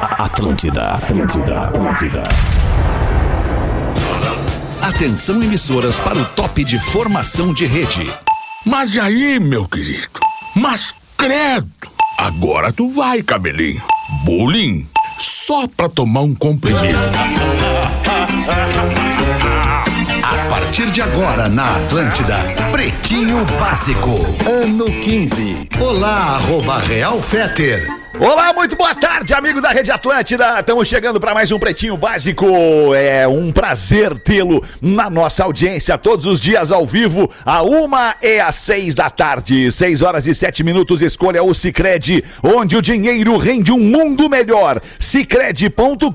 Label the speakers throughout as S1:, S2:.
S1: Atlântida, Atlântida, Atlântida.
S2: Atenção emissoras para o top de formação de rede.
S3: Mas aí, meu querido, mas credo! Agora tu vai, cabelinho. Bullying? Só pra tomar um comprimido.
S2: A partir de agora na Atlântida, Pretinho Básico, ano 15. Olá, arroba Real Feter.
S4: Olá, muito boa tarde, amigo da Rede Atlântida. Estamos chegando para mais um Pretinho Básico. É um prazer tê-lo na nossa audiência todos os dias ao vivo, a uma e às seis da tarde. Seis horas e sete minutos, escolha o Cicred, onde o dinheiro rende um mundo melhor. Cicred.com.br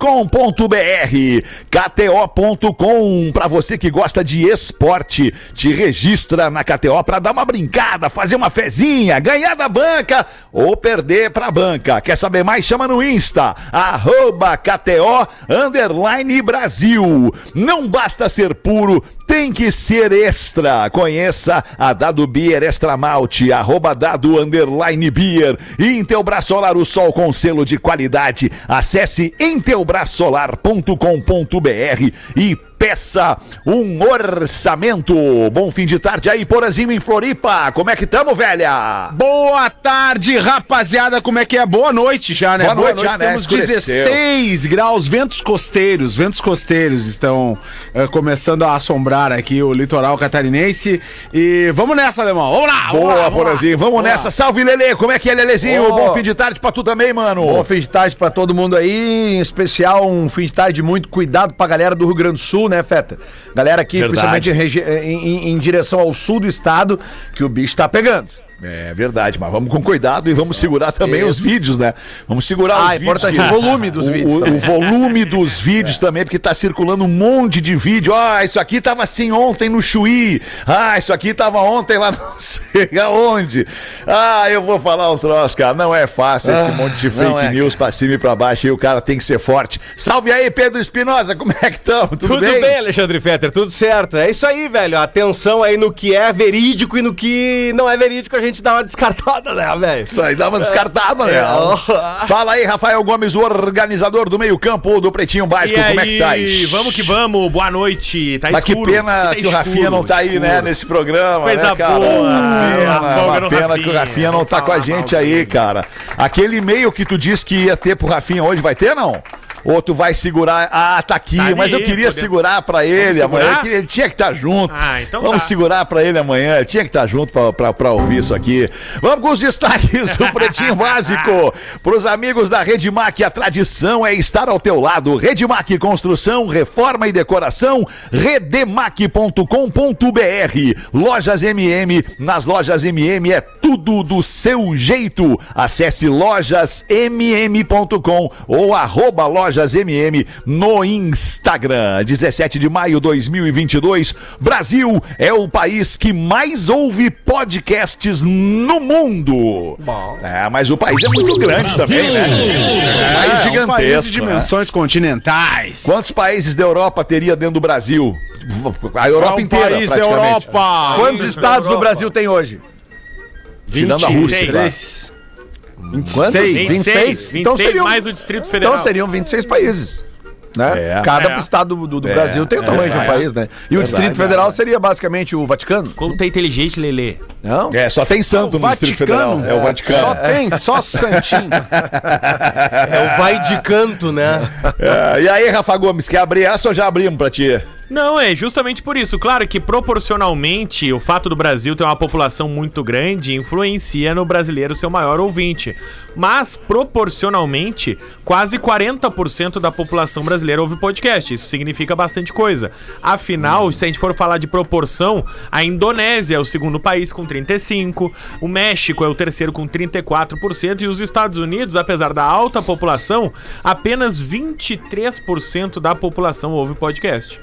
S4: KTO.com, para você que gosta de esporte, te registra na KTO para dar uma brincada, fazer uma fezinha, ganhar da banca ou perder pra banca. Quer saber mais? Chama no Insta, arroba KTO underline Brasil. Não basta ser puro, tem que ser extra. Conheça a Dado Beer Extra Malte, arroba Dado underline Beer. E Intelbras Solar, o sol com selo de qualidade. Acesse intelbrasolar.com.br e peça um orçamento. Bom fim de tarde aí, Porazinho em Floripa. Como é que tamo, velha?
S5: Boa tarde, rapaziada. Como é que é? Boa noite já, né?
S4: Boa noite já, né?
S5: Temos
S4: Escureceu.
S5: 16 graus, ventos costeiros. Ventos costeiros estão eh, começando a assombrar aqui o litoral catarinense. E vamos nessa, alemão. Vamos lá! vamos lá,
S4: Boa,
S5: vamos lá.
S4: Porazinho. Vamos nessa. Salve, Lele. Como é que é, Lelezinho?
S6: Ô.
S4: Bom fim de tarde pra tu também, mano.
S6: Bom fim de tarde pra todo mundo aí, em especial um fim de tarde de muito cuidado pra galera do Rio Grande do Sul, né, Feta? Galera aqui,
S4: Verdade.
S6: principalmente em, regi- eh, em- em- em direção ao sul do estado, que o bicho tá pegando.
S4: É verdade, mas vamos com cuidado e vamos segurar também os vídeos, né? Vamos segurar
S6: Ah,
S4: os
S6: é importante, o volume dos
S4: o,
S6: vídeos
S4: o-
S6: também. É.
S4: o volume dos vídeos também, porque tá circulando um monte de vídeo. Ah, isso aqui tava assim ontem no Chuí. Ah, isso aqui tava ontem lá não sei aonde. Ah, eu vou falar um troço, cara. Não é fácil esse monte de fake
S6: não é,
S4: news pra cima e pra baixo e o cara tem que ser forte. Salve aí, Pedro Espinosa, como é que estamos? Tudo,
S7: Tudo bem?
S4: bem?
S7: Alexandre Fetter, tudo certo. É isso aí, velho. Atenção aí no que é verídico e no que não é verídico, a gente dá uma descartada, né, velho?
S4: Isso aí dá uma descartada, né?
S7: É.
S4: Fala aí, Rafael Gomes, o organizador do meio-campo do Pretinho Básico, como é que tá aí?
S8: Vamos que vamos, boa noite. Tá
S4: Mas que
S8: escuro,
S4: pena
S8: tá
S4: que o Rafinha
S8: escuro,
S4: não tá aí, né,
S8: escuro.
S4: nesse programa,
S8: Coisa
S4: né, cara?
S8: boa,
S4: Uma
S8: a
S4: pena,
S8: folga
S4: uma
S8: no
S4: pena
S8: Rafinha,
S4: que o Rafinha não
S8: vou
S4: tá com a
S8: falar
S4: gente
S8: mal
S4: aí,
S8: dele.
S4: cara. Aquele e-mail que tu disse que ia ter pro Rafinha hoje, vai ter, não? Ou tu vai segurar? Ah, tá aqui,
S8: Tá ali,
S4: mas eu queria
S8: podemos-
S4: segurar pra ele
S8: Vamos
S4: amanhã.
S8: segurar?
S4: Eu queria- Ele tinha que estar junto.
S8: Ah, então
S4: Vamos
S8: tá.
S4: segurar pra ele amanhã. Ele tinha que estar junto pra, pra, pra ouvir isso aqui. Vamos com os destaques do Pretinho Básico. Pros amigos da Rede Mac, a tradição é estar ao teu lado. Rede Mac Construção, Reforma e Decoração, redemac.com.br. Lojas MM, nas lojas MM é tudo do seu jeito. Acesse lojasmm.com ou arroba lojasmm no Instagram. 17 de maio 2022, Brasil é o país que mais ouve podcasts no mundo. É, mas o país é muito grande também, né? É,
S5: É,
S4: país
S5: um
S4: gigantesco.
S5: país de
S4: né?
S5: dimensões continentais.
S4: Quantos países da Europa teria dentro do Brasil? A
S5: É
S4: Europa
S5: um
S4: inteira,
S5: país da
S4: praticamente.
S5: Europa.
S6: Quantos estados o Brasil tem hoje?
S4: Tirando a Rússia, claro.
S5: 26.
S6: Quantos?
S5: 26.
S6: 26?
S8: 26
S6: Então seriam,
S8: mais o Distrito Federal.
S6: então seriam 26 países. Né?
S4: É.
S6: Cada
S8: É.
S6: estado do, do
S4: É.
S6: Brasil tem o tamanho de um país, né? E o Distrito Federal seria basicamente o Vaticano?
S7: Como tá inteligente, Lelê.
S6: Não?
S4: É, só tem santo no Distrito Federal. É o Vaticano.
S5: Só tem, só santinho.
S7: É o vai de canto, né?
S4: É, e aí, Rafa Gomes, quer abrir essa ou já abrimos pra ti?
S8: Não, é justamente por isso. Claro que proporcionalmente o fato do Brasil ter uma população muito grande influencia no brasileiro ser o maior ouvinte. Mas proporcionalmente, quase 40% da população brasileira ouve podcast. Isso significa bastante coisa. Afinal, se a gente for falar de proporção, a Indonésia é o segundo país com 35, o México é o terceiro com 34% e os Estados Unidos, apesar da alta população, apenas 23% da população ouve podcast.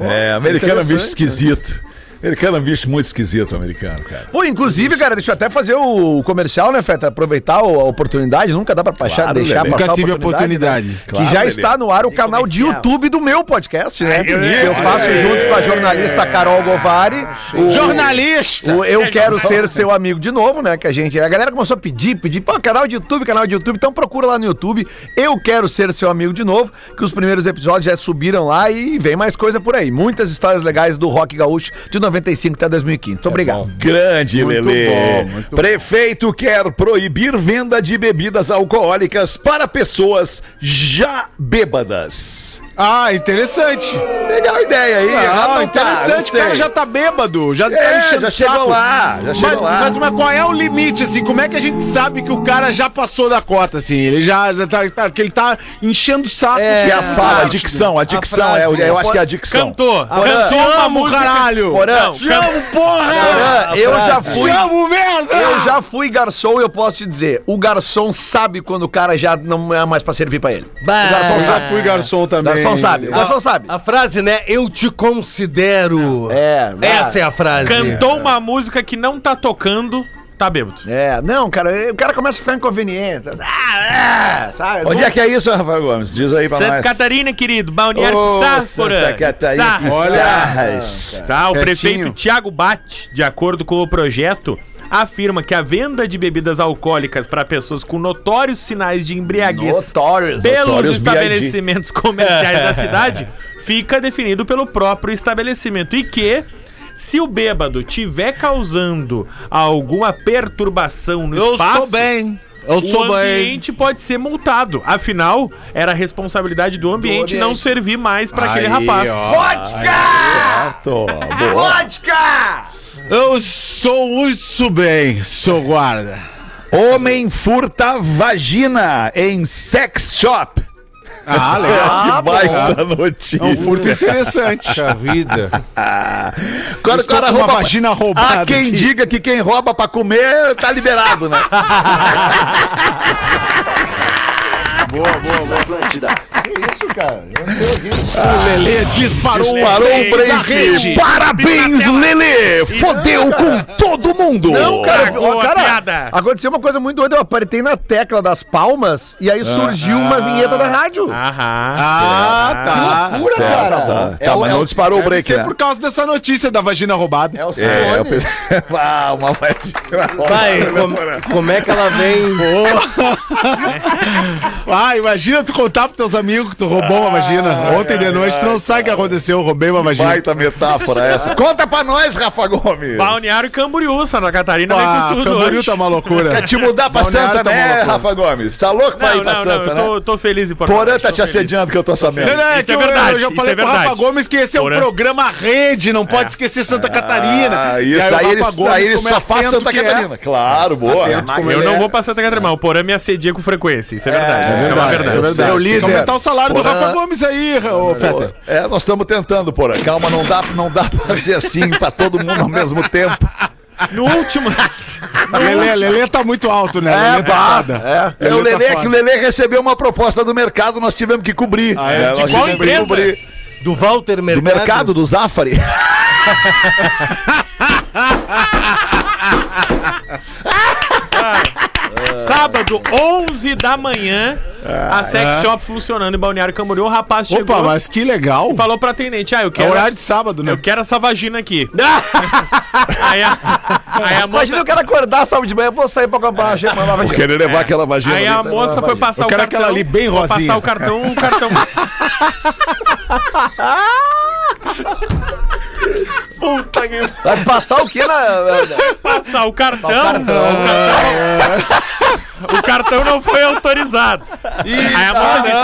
S4: é, americano é um bicho
S6: interessante,
S4: esquisito. Americano é um bicho muito esquisito, americano, cara.
S6: Pô, inclusive, cara, deixa eu até fazer o comercial, né, Feta? Aproveitar o- a oportunidade, nunca dá pra baixar,
S4: Claro,
S6: deixar
S4: Lelê.
S6: passar
S5: Nunca tive oportunidade.
S6: né?
S4: Claro,
S6: que já
S4: Lelê.
S6: está no ar o canal de
S7: comercial.
S6: YouTube do meu podcast, né? Que
S4: eu-
S6: eu faço
S4: é.
S6: junto com a jornalista Carol Govari. o-
S5: Jornalista!
S6: o Eu Quero Ser Seu Amigo de novo, né? Que a gente. A galera começou a pedir, pedir. Pô, canal de YouTube, canal de YouTube. Então procura lá no YouTube. Eu Quero Ser Seu Amigo de novo. Que os primeiros episódios já subiram lá e vem mais coisa por aí. Muitas histórias legais do Rock Gaúcho de 95 até 2015.
S5: É
S6: Muito obrigado.
S4: Grande,
S5: Muito
S4: Lelê.
S5: bom, muito
S4: Prefeito quer proibir venda de bebidas alcoólicas para pessoas já bêbadas.
S5: Ah, interessante.
S4: Legal a ideia aí.
S5: Ah,
S4: Ah,
S5: interessante, o cara já tá bêbado, já tá
S4: É,
S5: enchendo
S4: já
S5: o
S4: chegou
S5: saco.
S4: lá, já chegou
S5: mas,
S4: lá.
S5: Mas, mas qual é o limite, assim? Como é que a gente sabe que o cara já passou da cota, assim? Ele já, já tá, tá- que ele tá enchendo o saco.
S4: É, a fala, a
S5: de
S4: dicção, a dicção.
S7: frase,
S4: é, eu, eu
S7: né?
S4: acho que é a dicção.
S8: Cantou.
S5: Te
S8: Cantou uma
S5: amo,
S8: música.
S5: caralho!
S6: Porã,
S5: Te amo, porra!
S6: Porã, É, eu já
S5: Te
S6: fui.
S5: amo, merda!
S6: Eu já fui garçom e eu posso te dizer, o garçom sabe quando o cara já não é mais pra servir pra ele.
S7: Bah.
S6: O garçom sabe.
S5: fui garçom
S6: O
S5: também. Ah,
S6: garçom sabe. O garçom sabe.
S7: A frase, né? Eu te considero.
S6: É,
S7: Essa é a frase.
S8: Cantou uma música que não tá tocando, tá bêbado.
S6: É, não, cara, o cara começa a ficar inconveniente. Ah, ah, sabe?
S4: Onde é que é isso, Rafael Gomes? Diz aí pra
S8: Santa
S4: nós.
S8: Catarina, querido, Balneário
S4: Ô, tá
S8: Pissarra,
S4: Santa Catarina,
S8: Pissarra.
S4: Pissarras.
S8: Tá, o
S5: Pertinho.
S8: prefeito Tiago Bate, de acordo com o projeto, afirma que a venda de bebidas alcoólicas para pessoas com notórios sinais de embriaguez
S6: Notorious.
S8: pelos
S4: notórios
S8: estabelecimentos comerciais da cidade fica definido pelo próprio estabelecimento e que se o bêbado tiver causando alguma perturbação no
S5: Eu
S8: espaço,
S5: sou bem. Eu
S8: o
S5: sou bem.
S8: ambiente pode ser multado. Afinal, era a responsabilidade do ambiente, não
S6: ambiente.
S8: servir mais para aquele
S5: Aí,
S8: rapaz.
S5: ó.
S6: Vodka!
S4: Certo. Boa.
S6: Vodka!
S5: Eu sou muito bem, sou guarda.
S4: Homem furta vagina em sex shop.
S5: Ah, legal.
S4: que baita notícia.
S5: É um furto interessante.
S7: vida.
S4: Quando o
S5: Estou
S4: cara
S5: com uma
S4: rouba
S5: vagina roubada
S4: Há quem
S5: aqui.
S4: diga que quem rouba pra comer tá liberado, né?
S5: Lelê disparou,
S4: Disparou
S5: um
S4: um break. Parabéns, Lele! Fodeu com todo mundo!
S6: Não, cara,
S8: Boa
S6: ó, cara,
S8: piada.
S6: aconteceu uma coisa muito doida. Eu apertei na tecla das palmas e aí surgiu
S7: Ah,
S6: uma vinheta da rádio.
S8: Aham.
S5: Ah, tá.
S6: Loucura,
S4: Certo,
S6: cara.
S4: tá,
S6: É
S4: tá,
S6: o-
S4: mas
S6: é
S4: não
S6: o-
S4: disparou o
S5: Deve
S4: break,
S5: ser
S4: né?
S5: por causa dessa notícia da vagina roubada.
S6: É o Simone.
S4: É, eu pensei. Ah, uma vagina
S7: Vai,
S4: roubada.
S7: como, como é que ela vem?
S5: Ah, imagina tu contar pros teus amigos que tu roubou uma vagina. Ontem de noite tu não sabe o que aconteceu, eu roubei uma vagina.
S4: Baita tá metáfora essa. Conta pra nós, Rafa Gomes.
S8: Balneário Camboriú, Santa Catarina
S5: Ah,
S8: vem com tudo
S5: Camboriú
S8: hoje.
S5: tá uma
S4: Quer
S5: loucura.
S4: te mudar pra
S5: Balneário
S4: Santa,
S5: tá uma
S4: né,
S5: loucura.
S4: Rafa Gomes? Tá louco pra
S8: Não,
S4: ir pra
S8: não,
S4: Santa,
S8: não, eu
S4: né?
S8: tô, tô feliz em Porto
S4: Porã
S8: Alegre,
S4: tá
S8: tô
S4: te
S8: feliz.
S4: assediando que eu tô sabendo.
S5: Não, não, é
S8: Isso
S5: que
S8: é
S5: eu,
S8: verdade,
S5: eu já
S8: isso
S5: falei
S8: é
S5: pro
S8: verdade.
S5: Rafa Gomes que esse é um
S8: Porã. É.
S5: programa rede, não pode esquecer Santa Catarina.
S4: Ah,
S5: E
S4: isso
S5: aí o
S4: daí
S5: Rafa
S4: ele,
S5: Gomes,
S4: daí ele
S5: como é
S4: só faz
S5: atento
S4: Santa
S5: que é.
S4: Catarina. Claro, boa.
S5: Atento como
S8: Eu
S5: ele
S8: não
S5: é.
S8: vou pra Santa Catarina, mas o Porã me assedia com frequência. Isso é verdade.
S5: É
S8: isso é uma
S5: verdade,
S8: verdade.
S5: é verdade.
S4: Seu
S5: Tem que
S4: líder.
S5: aumentar o salário do
S4: Porã.
S5: Rafa Gomes aí, ô Feta.
S4: É, nós estamos tentando, porra. Calma, não dá, não dá pra fazer assim pra todo mundo ao mesmo tempo.
S8: No último.
S5: É. Lelê, Lelê tá muito alto, né? Lelê tá foda.
S4: É, o
S5: Lelê tá
S4: Lelê,
S5: fora.
S4: que o Lelê recebeu uma proposta do mercado, nós tivemos que cobrir.
S5: Ah, é?
S4: Né,
S5: De
S4: nós
S8: qual
S4: tivemos que
S8: empresa?
S4: cobrir.
S7: Do Walter
S4: Do
S7: Mercado?
S4: mercado, do Zafari.
S8: Sábado, 11 da manhã, a sex shop funcionando em Balneário Camboriú. O rapaz chegou
S5: Opa, mas que legal.
S8: e falou pra atendente: Ah, eu
S5: É
S8: quero,
S5: horário de sábado, né?
S8: eu quero essa vagina aqui. aí a, aí a
S6: Imagina
S8: moça,
S6: o cara acordar sábado de manhã, vou sair pra comprar uma gema, uma vagina.
S4: Querer levar aquela vagina.
S8: é. aí a
S4: ali.
S8: moça foi passar
S5: Eu
S8: o
S5: quero
S8: cartão.
S5: aquela ali bem
S8: foi
S5: rosinha.
S8: passar o cartão, o cartão. Puta que
S6: Vai passar o quê na...
S8: passar o cartão. O cartão, o cartão não foi autorizado. aí a moça disse,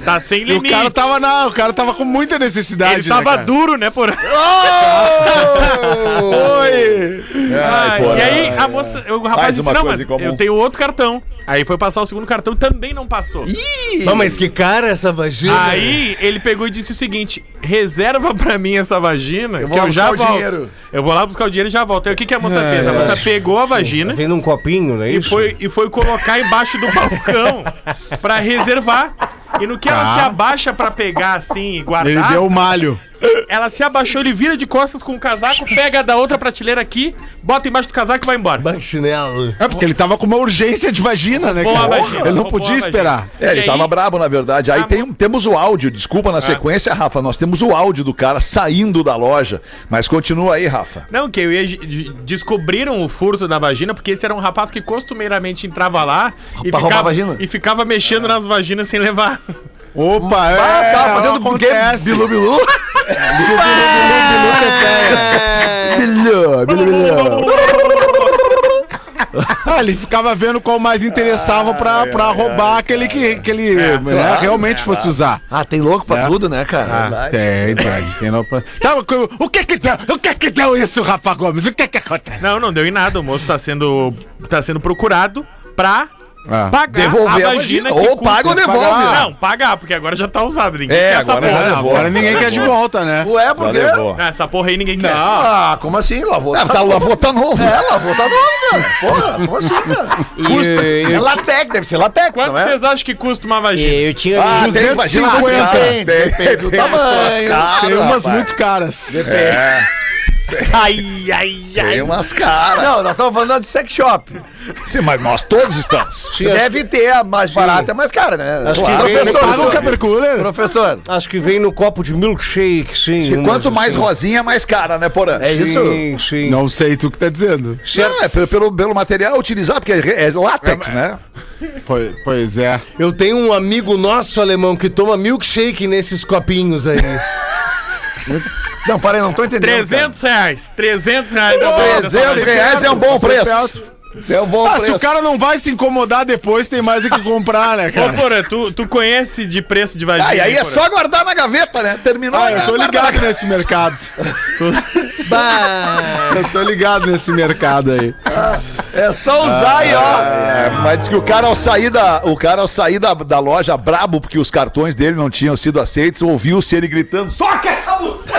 S8: ó, tá sem
S5: E o
S8: limite.
S5: cara tava na, o cara tava com muita necessidade,
S8: Ele tava
S5: né,
S8: duro, né, por
S5: Oi.
S8: Ah,
S4: porra.
S8: e aí a moça, o
S4: Mais
S8: rapaz disse,
S4: uma
S8: não,
S4: coisa
S8: mas
S4: em comum."
S8: eu tenho outro cartão. Aí foi passar o segundo cartão, também não passou.
S7: Não, mas que cara essa vagina.
S8: Aí ele pegou e disse o seguinte: reserva pra mim essa vagina, eu
S6: vou
S8: que
S6: lá
S8: eu já
S6: buscar o
S8: volto.
S6: dinheiro."
S8: Eu vou lá buscar o dinheiro e já volto. Aí o que, que a moça fez? A moça pegou a vagina,
S7: Vem num copinho, não é
S8: E
S7: isso?
S8: foi, e foi colocar embaixo do balcão pra reservar. E no que ela se abaixa pra pegar assim e guardar,
S5: Ele deu o malho.
S8: Ela se abaixou, ele vira de costas com o casaco, pega da outra prateleira aqui, bota embaixo do casaco e vai embora.
S7: Chinelo.
S5: É porque ele tava com uma urgência de vagina, né?
S8: Boa,
S5: cara?
S8: vagina.
S5: Ele não
S8: Boa,
S5: podia
S8: vagina.
S5: esperar.
S4: É, ele
S8: E aí-
S4: tava brabo, na verdade. Aí
S8: Ah,
S4: tem, um, temos o áudio, desculpa na sequência, Rafa. Nós temos o áudio do cara saindo da loja. Mas continua aí, Rafa.
S8: Não, que eu ia de- de- descobriram o furto da vagina, porque esse era um rapaz que costumeiramente entrava lá e
S6: Pra roubar
S8: ficava,
S6: a vagina?
S8: e ficava mexendo nas vaginas sem levar.
S5: Opa, é.
S6: Ah, tava fazendo
S5: não
S6: o quê?
S5: acontece.
S6: Bilu Bilu? Bilu Bilu Bilu Bilu
S5: Ah, ele ficava vendo qual mais interessava pra, pra roubar aquele que, que ele
S8: É,
S5: né,
S8: então,
S4: claro,
S5: realmente
S8: tá.
S5: fosse usar.
S6: Ah, tem louco pra tudo, né, cara?
S4: Verdade.
S5: Tem, tem, tem. no- Tá, mas como- o que que deu? O que que deu isso, Rafa Gomes? O que que acontece?
S8: Não, não deu em nada. O moço tá sendo, tá sendo procurado pra
S5: Ah.
S8: pagar
S4: Devolver a vagina, ou
S8: custa-
S4: paga ou devolve,
S8: Pagar.
S4: né?
S8: Não, pagar, porque agora já tá usado. Ninguém
S4: É,
S8: quer essa
S4: agora já
S8: porra.
S5: Agora, agora ninguém quer de volta, né?
S6: Ué, por quê?
S4: Levou.
S8: Ah, essa porra aí ninguém quer.
S6: Ah, como assim? Lavou
S4: Ah, tá, lavou, tá novo.
S6: É, lavou tá novo, cara. Porra, como assim, cara?
S7: Custa.
S6: É latex, deve ser latex,
S8: Quanto
S6: não é?
S8: vocês acham que custa uma vagina?
S7: Eu tinha.
S4: Ah, tem
S5: 250.
S4: vagina cara. Tem, tem, tem umas caras,
S5: Tem umas
S4: rapaz.
S5: muito caras.
S8: Ai, ai,
S4: Tem umas caras.
S6: Não, nós estamos falando de sex shop.
S4: Sim, mas nós todos estamos.
S6: Deve ter a mais
S4: é
S6: barata, mas cara, né?
S7: Acho que
S6: Claro,
S7: vem-
S6: professor,
S5: Tá no
S6: professor,
S5: Capercooler?
S6: professor,
S7: Acho que vem no copo de milkshake, sim.
S4: E
S7: umas
S4: quanto mais
S7: assim.
S4: rosinha, mais cara, né, Porã?
S6: é isso?
S7: Sim, sim.
S5: Não sei tu que tá dizendo.
S4: Não, é pelo, pelo, pelo material utilizado, porque é, re- é látex, né?
S5: Pois, pois é.
S7: Eu tenho um amigo nosso alemão que toma milkshake nesses copinhos aí.
S6: Não, para aí, não tô entendendo. cara.
S8: 300 reais. 300 reais. é o valor dessa
S4: 300
S8: vagina.
S4: um reais é um bom preço. É um bom
S5: Ah, se
S4: preço.
S5: o cara não vai se incomodar depois, tem mais o que comprar, né,
S8: Ô,
S5: cara?
S8: Porã, tu, tu conhece de preço de vagina?
S4: Ah, e aí
S8: hein,
S4: é
S8: Porã?
S4: só guardar na gaveta, né? Terminou.
S5: Ah,
S4: é
S5: eu tô
S4: guardar
S5: ligado
S4: na-
S5: nesse mercado.
S7: bah.
S5: Eu tô ligado nesse mercado aí. Ah.
S6: É só usar e ó.
S4: É, mas diz que o cara ao sair, da, o cara, ao sair da, da loja brabo, porque os cartões dele não tinham sido aceitos, ouviu-se ele gritando: Só que essa música!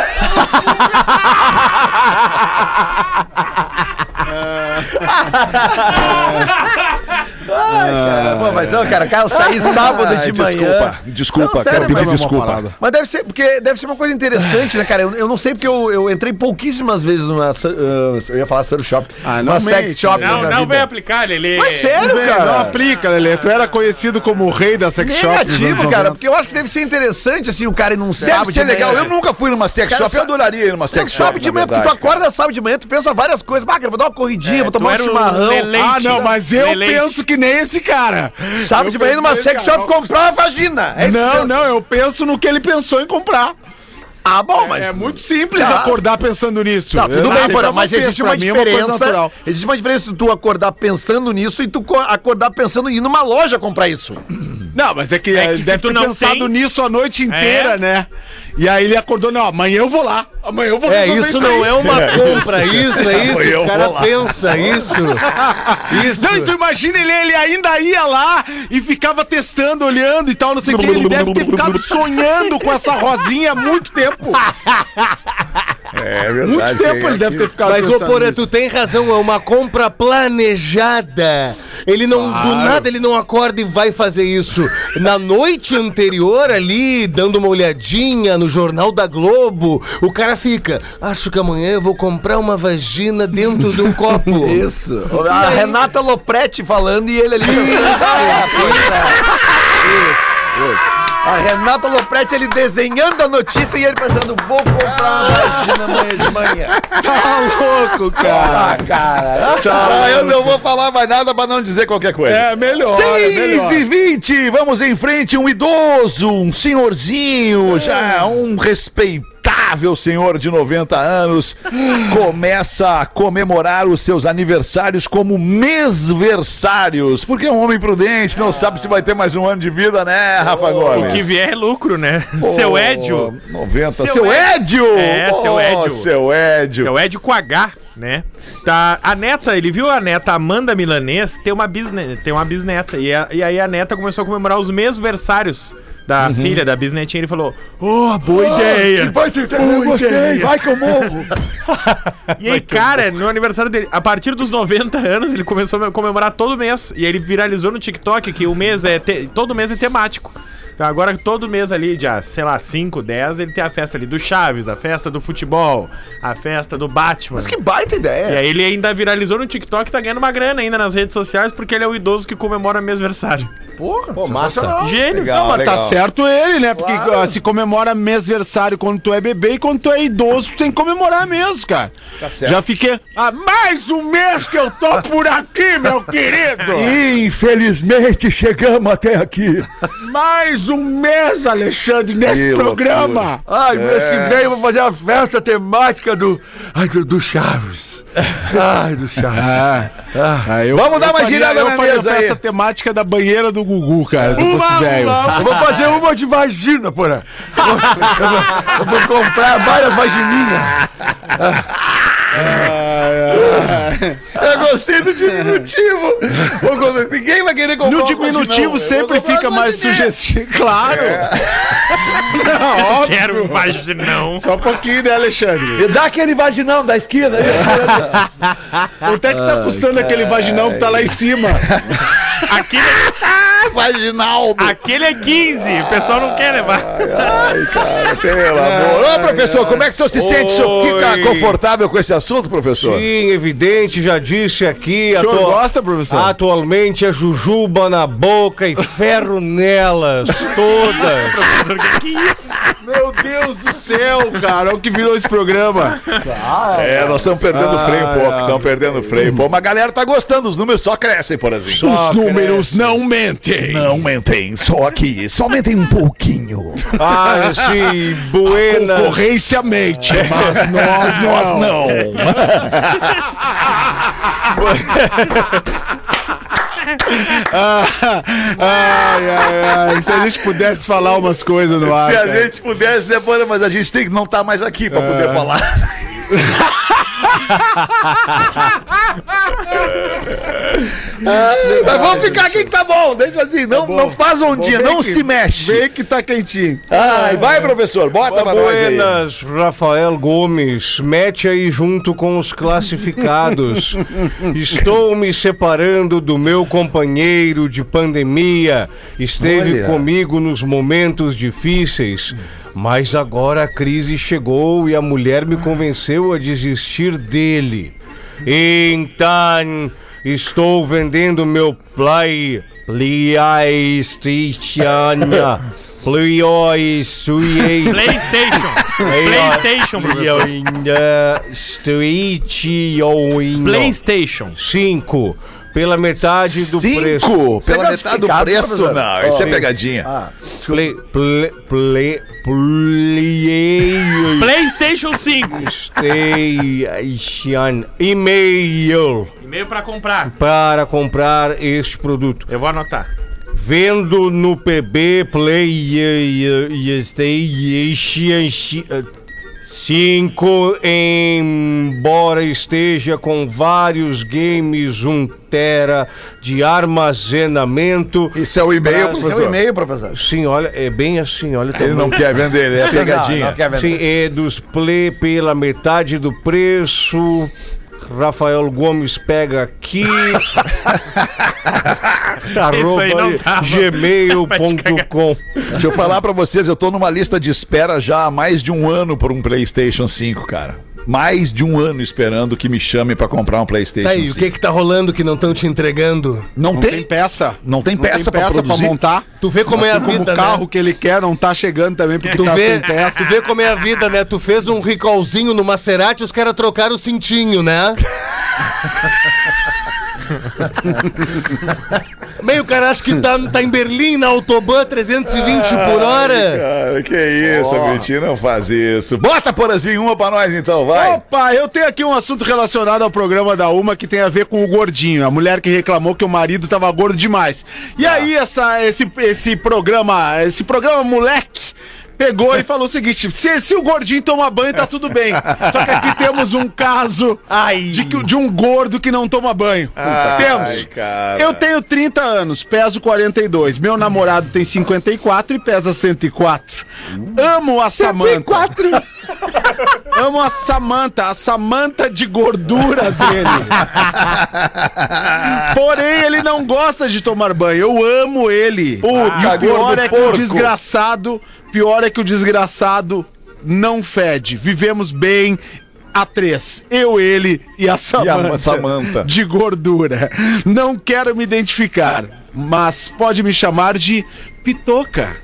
S6: Pô, mas ó, cara, cara, eu saí
S5: Ah,
S6: sábado de
S4: Ai,
S6: manhã.
S4: Ah, desculpa, desculpa,
S6: Não,
S4: quero
S6: sério,
S4: pedir
S6: mas- é
S4: desculpa.
S6: Mas deve ser, porque deve ser uma coisa interessante, né, cara? Eu, eu não sei, porque eu, eu entrei pouquíssimas vezes numa. sur- ah, eu ia falar surf shop.
S5: Ah, não
S6: numa
S5: mente,
S6: sex shop.
S5: né?
S8: Não,
S6: na
S8: não
S6: vida.
S8: vem aplicar, Lelê. É
S6: Mas É sério,
S5: Vem,
S6: cara.
S5: É, Não aplica, Lelê. Tu era conhecido como o rei da sex shop. dos anos
S6: Negativo,
S5: 90.
S6: cara, porque eu acho que deve ser interessante, assim, o cara ir num
S4: Deve
S6: sábado.
S4: ser
S6: de manhã.
S4: É legal. Eu nunca fui numa sex
S6: É. Cara,
S4: shop. Eu
S6: sabe-
S4: adoraria ir numa
S6: Você
S4: sex shop.
S6: sabe de
S4: na
S6: manhã, porque tu
S4: verdade,
S6: acorda sábado de manhã, tu pensa várias coisas. Bah, cara, vou dar uma corridinha, vou
S8: tu
S6: tomar um
S8: era um
S6: chimarrão.
S8: lelê.
S5: Ah, não, mas eu
S8: Lelente.
S5: penso que nem esse cara.
S6: Sábado
S5: Eu
S6: de manhã numa
S5: pensei,
S6: sex
S5: cara,
S6: shop comprar uma vagina. É isso que
S5: Não,
S6: pensa.
S5: não, eu penso no que ele pensou em comprar.
S6: Ah, bom, mas.
S5: É muito simples
S6: Tá.
S5: acordar pensando nisso.
S6: Tá, tudo
S5: Exato.
S6: bem, Porã,
S5: Pra
S6: mas
S5: vocês,
S6: existe
S5: pra
S6: uma
S5: mim é coisa
S6: diferença.
S5: natural.
S6: existe uma diferença de tu acordar pensando nisso e tu co- acordar pensando em ir numa loja comprar isso.
S5: Não, mas é que,
S8: É que
S5: ele
S8: se
S5: deve
S8: tu
S5: ter
S8: não
S5: pensado
S8: tem-
S5: nisso a noite inteira,
S8: É.
S5: né? E aí ele acordou, não, amanhã eu vou lá. Amanhã eu vou
S7: É,
S5: resolver
S7: isso não
S5: aí.
S7: é uma compra, isso, é
S4: Não,
S7: isso.
S4: eu
S7: O cara
S4: vou lá.
S7: pensa isso. Isso.
S5: Não, e tu imagina ele, ele ainda ia lá e ficava testando, olhando e tal, não sei o que. Ele deve ter ficado sonhando com essa rosinha há muito tempo.
S4: É verdade.
S5: Muito tempo
S4: tem
S5: ele deve
S4: aqui.
S5: ter ficado
S7: Mas, ô
S5: pensando
S7: Porã,
S5: nisso.
S7: tu tem razão, é uma compra planejada. Ele não, do nada, ele não acorda e vai fazer isso. Na noite anterior, ali, dando uma olhadinha no Jornal da Globo, o cara fica, acho que amanhã eu vou comprar uma vagina dentro de um copo.
S6: Isso. A Renata Lopretti falando e ele ali. Isso, Isso, isso. A Renata Lopretti, ele desenhando a notícia e ele pensando, vou comprar uma vagina amanhã de manhã.
S5: Tá louco, cara.
S4: Ah, eu não vou falar mais nada pra não dizer qualquer coisa.
S5: É, melhor. é
S4: 6
S5: melhor.
S4: e 20, vamos em frente, um idoso, um
S8: É.
S4: senhorzinho, já um respeitável senhor de 90 anos, começa a comemorar os seus aniversários como mesversários, porque é um homem prudente, não sabe se vai ter mais um ano de vida, né, Rafa Gomes?
S8: O que vier é lucro, né? Seu Édio.
S4: 90, seu,
S8: Seu
S4: Édio!
S8: É, seu
S4: Oh,
S8: Édio.
S4: Seu Édio.
S8: Seu Édio É com H, né? Tá, a neta, ele viu a neta Amanda Milanês tem uma, bisne, tem uma bisneta. E, a- e aí a neta começou a comemorar os mesversários da filha, da bisnetinha. Ele falou, oh, boa ideia.
S6: Vai ter
S4: Gostei, vai que eu morro.
S8: E aí,
S9: um
S8: cara, no aniversário dele, a partir dos 90 anos, ele começou a comemorar todo mês. E aí ele viralizou no TikTok que o mês é. te- todo mês é temático. Então agora todo mês ali, de, ah, sei lá, 5, 10, ele tem a festa ali do Chaves, a festa do futebol, a festa do Batman.
S9: Mas que baita
S8: E
S9: ideia.
S8: aí ele ainda viralizou no TikTok e tá ganhando uma grana ainda nas redes sociais porque ele é o idoso que comemora meu aniversário.
S9: Porra,
S6: Pô, massa.
S9: sensacional.
S8: Gênio.
S10: Não, mas tá certo ele, né? Porque
S9: Claro.
S10: ó, se comemora mêsversário quando tu é bebê e quando tu é idoso, tu tem que comemorar mesmo, cara. Tá certo. Já fiquei. Ah, mais um mês que eu tô por aqui, meu querido!
S4: Infelizmente chegamos até aqui.
S10: mais um mês, Alexandre, nesse
S4: Que É.
S10: programa!
S9: Ai, mês que vem eu vou fazer a festa temática do. Ai, do, do Chaves. Ai, do Chaves.
S10: Ah, eu-
S4: Vamos dar
S10: eu
S4: uma
S10: faria-
S4: girada na
S10: Eu faria
S4: mesa aí.
S10: festa temática da banheira do Gugu, cara, se eu fosse velho.
S9: Eu vou fazer uma de vagina, porra. Eu vou, eu vou- eu vou comprar várias vagininhas.
S4: Eu gostei do diminutivo. Pô, quando- Ninguém vai querer comprar.
S10: No
S4: um vaginão.
S10: diminutivo
S4: Eu
S10: sempre
S4: vou comprar É.
S10: fica
S4: um
S10: mais
S4: vaginão.
S10: sugestivo. Claro! Não, óbvio.
S8: Quero um vaginão.
S10: Só um pouquinho, né, Alexandre?
S4: Me dá aquele vaginão da esquina aí.
S10: Quanto é que tá custando aquele vaginão que tá lá em cima?
S8: Aquele,
S4: Vaginaldo.
S8: aquele é 15, o pessoal não quer levar.
S4: Pelo amor. Ô, professor, como é que o senhor se sente? O senhor fica confortável com esse assunto, professor?
S6: Sim, evidente, já disse aqui. O
S10: senhor gosta, professor?
S6: Atualmente é jujuba na boca e ferro nelas, todas.
S8: Professor, que que é isso?
S10: Meu Deus do céu, cara. Olha o que virou esse programa.
S4: É, nós estamos perdendo
S10: Ah,
S4: freio um pouco,
S10: é.
S4: estamos perdendo freio. Pô, mas a galera tá gostando, os números só crescem, por exemplo.
S10: Os números não mentem.
S4: Não mentem, só aqui, só mentem um pouquinho.
S6: ah, sim, buenas.
S10: Corrência mente.
S4: Mas nós, nós É. não.
S10: Ah, Ai, ai, ai. Se a gente pudesse falar umas coisas no ar.
S4: Se a
S10: cara. É.
S4: gente pudesse, depois, mas a gente tem que não estar mais aqui pra poder falar. Ai, Ah, mas vamos ficar aqui que tá bom, deixa assim, não, não faz ondinha, não se mexe.
S10: Vê que tá quentinho. É.
S4: Ai, vai, professor, bota pra nós aí.
S6: Buenas, Rafael Gomes, mete aí junto com os classificados. Estou me separando do meu companheiro de pandemia. Esteve
S9: Olha.
S6: comigo nos momentos difíceis, mas agora a crise chegou e a mulher me convenceu a desistir dele. Então, estou vendendo meu Play PlayStation. PlayStation.
S8: PlayStation. PlayStation, professor.
S6: PlayStation,
S8: PlayStation.
S6: 5 pela metade do preço.
S4: Cinco,
S9: Isso é
S4: pela metade do
S9: classificado,
S4: preço,
S9: professor?
S4: não, isso é
S6: Sim.
S4: pegadinha.
S6: Play, play, play, play,
S8: PlayStation 5.
S6: PlayStation e-mail
S8: E-mail pra comprar.
S6: para comprar este produto.
S8: Eu vou anotar.
S6: Vendo no PB PlayStation 5, embora esteja com vários games 1 tera de armazenamento.
S4: Isso é o
S10: Tá,
S6: e-mail,
S9: É um e-mail, professor.
S6: Sim, olha, é bem assim, olha. tá
S4: Ele não
S6: muito-
S4: quer vender, ele é pegadinha.
S9: Não, não quer vender.
S6: Sim, é dos Play pela metade do preço. Rafael Gomes pega aqui.
S8: não
S6: arroba
S8: tava.
S6: gmail.com.
S4: Deixa eu falar pra vocês, eu tô numa lista de espera já há mais de um ano por um PlayStation 5, cara. Mais de um ano esperando que me chamem pra comprar um PlayStation
S6: Tá aí, o
S4: 5.
S6: que que tá rolando que não estão te entregando?
S4: Não,
S10: Não
S4: tem,
S10: tem peça.
S4: não tem
S10: Não tem
S4: peça, pra,
S10: peça pra
S4: produzir.
S10: montar.
S6: Tu vê como é a
S10: Assim como
S6: vida,
S10: o carro
S6: né?
S10: que ele quer não tá chegando também porque
S6: Tu
S10: tá
S6: vê,
S10: sem peça.
S6: tu vê como é a vida, né? Tu fez um recallzinho no Maserati, os caras trocaram o cintinho, né? Meio cara acha que tá, tá em Berlim, na Autobahn, 320 por
S4: Ai,
S6: hora.
S4: cara, que isso, Vitinho, não faz isso. Bota, porazinho, uma pra nós então, vai.
S10: Opa, eu tenho aqui um assunto relacionado ao programa da Uma que tem a ver com o gordinho, a mulher que reclamou que o marido tava gordo demais. E aí essa, esse, esse programa, esse programa moleque pegou e falou o seguinte: se, se o gordinho tomar banho tá tudo bem. Só que aqui temos um caso de, que- de um gordo que não toma banho. temos.
S4: cara.
S10: Eu tenho 30 anos, peso 42. Meu namorado tem 54 e pesa 104. Amo a Samanta.
S5: Amo a Samanta, a Samanta de gordura dele. Porém, ele não gosta de tomar banho. Eu amo ele. e o pior
S4: gordo
S5: é que o
S4: porco.
S5: desgraçado, pior é que o desgraçado não fede. Vivemos bem. A três, eu, ele e a Samanta,
S4: Samanta.
S5: de gordura. Não quero me identificar, mas pode me chamar de Pitoca.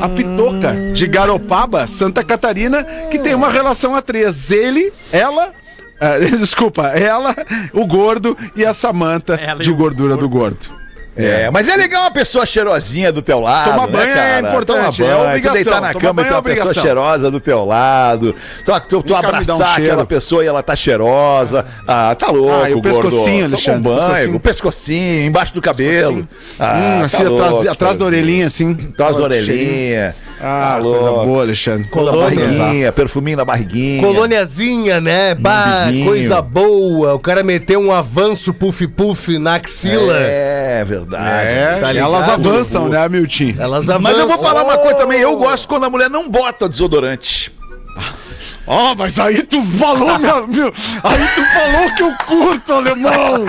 S5: A Pitoca de Garopaba, Santa Catarina, que tem uma relação a três. Ele, ela. ah, desculpa, ela, o gordo e a Samanta
S8: Ela e
S5: de
S8: o
S5: gordura do gordo.
S4: É, mas é legal uma pessoa cheirosinha do teu lado.
S5: Tomar
S4: né,
S5: banho é
S4: cara?
S5: importante,
S4: Toma
S5: é
S4: banho, tu
S5: obrigação,
S4: deitar na
S5: tomar
S4: cama e
S5: banho
S4: ter
S5: é
S4: uma pessoa
S5: obrigação.
S4: cheirosa do teu lado. Só que tu, tu
S5: Vem cá me
S4: abraçar
S5: dar um cheiro.
S4: aquela pessoa e ela tá cheirosa. Ah, tá louco,
S5: Ah, e o pescocinho,
S4: gordo.
S5: Alexandre,
S4: Toma um banho,
S5: pescocinho.
S4: o pescocinho, embaixo do cabelo. Ah,
S5: Hum, assim, atrás, atrás da orelhinha, assim.
S4: Atrás da orelhinha.
S5: Ah,
S4: Tá
S5: coisa
S4: louco.
S5: boa, Alexandre.
S4: Colônia.
S7: Colônia.
S4: Barriguinha, perfuminho na barriguinha.
S7: Colôniazinha, né? Bah,
S4: Bimbinho.
S7: coisa boa. O cara meteu um avanço puff-puff na axila.
S4: É verdade.
S5: É,
S4: Tá ligado?
S5: elas avançam, né, Milton?
S7: Elas avançam.
S4: Mas eu vou falar uma coisa também. Eu gosto quando a mulher não bota desodorante.
S5: Ó, mas aí tu falou, meu, meu. Aí tu falou que eu curto, alemão!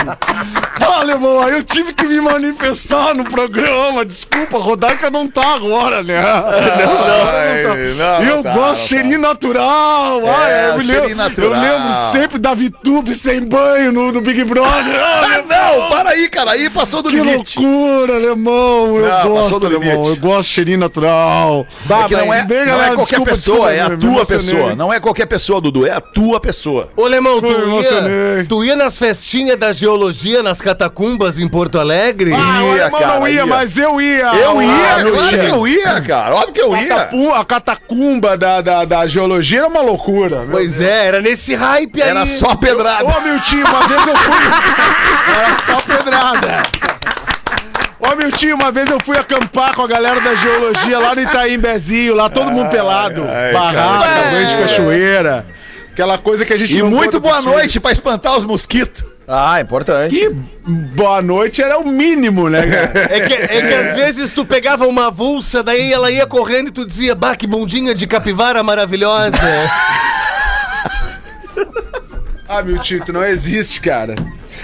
S5: Ah, alemão, aí eu tive que me manifestar no programa. Desculpa, Rodaica não tá agora, né?
S4: Ai,
S5: Não, não tá.
S4: não,
S5: eu
S4: tá,
S5: gosto
S4: não
S5: de cheirinho natural. ah,
S4: É,
S5: eu, me
S4: cheirinho
S5: lembro,
S4: natural.
S5: eu lembro sempre da Vitube sem banho no, no Big Brother. Ah,
S4: Ah, não! Para aí, cara. Aí passou do
S5: que
S4: limite.
S5: loucura, alemão. Eu
S4: Não, passou
S5: gosto,
S4: do
S5: alemão.
S4: limite.
S5: Eu gosto de cheirinho natural.
S4: É que não é,
S5: Bem,
S4: não
S5: galera,
S4: é qualquer
S5: desculpa,
S4: pessoa,
S5: desculpa,
S4: é a
S5: me
S4: tua
S5: emocionei.
S4: pessoa. Não é qualquer pessoa, Dudu, é a tua pessoa.
S7: Ô, Lemão, tu
S5: Eu me
S7: ia,
S5: emocionei.
S7: tu ia nas festinhas da geologia, nas catacumbas em Porto Alegre?
S5: Ah, o
S4: Ia,
S5: alemão
S4: cara,
S5: não ia,
S4: ia.
S5: mas eu ia.
S4: Eu
S5: Ah,
S4: ia,
S5: meu
S4: claro que
S5: chefe.
S4: eu ia, cara. Óbvio que eu ia.
S5: Catapu- a catacumba da, da, da geologia era uma loucura. meu
S7: Pois é, era nesse hype aí.
S4: Era só
S5: Ô,
S4: pedrada.
S5: Miltinho, uma vez eu fui. Era só pedrada. Ô, Miltinho, uma vez eu fui acampar com a galera da geologia lá no Itaimbezinho, lá todo mundo pelado.
S4: ai,
S5: Barraca,
S4: cara.
S5: banho de cachoeira. Aquela coisa que a gente
S4: E
S5: não
S4: muito
S5: conta
S4: boa
S5: pro filho.
S4: noite pra espantar os mosquitos.
S6: Ah, importante.
S5: Que boa noite era o mínimo, né, cara?
S7: É que, é que às vezes tu pegava uma vulsa, daí ela ia correndo e tu dizia, bah, que bundinha de capivara maravilhosa.
S5: ah, Miltinho, tu não existe, cara.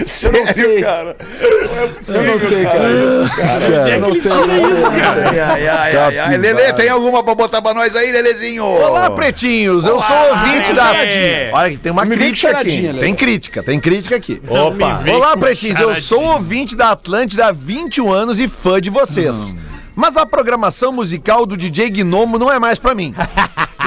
S4: Sério, cara.
S5: Eu não sei, cara. Isso, cara. Eu não sei.
S4: Ai, ai, ai, ai, ai. Lelê, tem alguma pra botar pra nós aí, Lelezinho?
S6: Olá, pretinhos! Eu sou ouvinte da. Olha que tem uma
S5: me vem com
S6: crítica aqui.
S5: charadinha, Lelê.
S6: Tem crítica, tem crítica aqui.
S8: Opa. me vem
S6: Olá,
S8: com
S6: pretinhos! Eu sou
S8: charadinha.
S6: ouvinte da Atlântida há 21 anos e fã de vocês. Mas a programação musical do DJ Gnomo não é mais pra mim.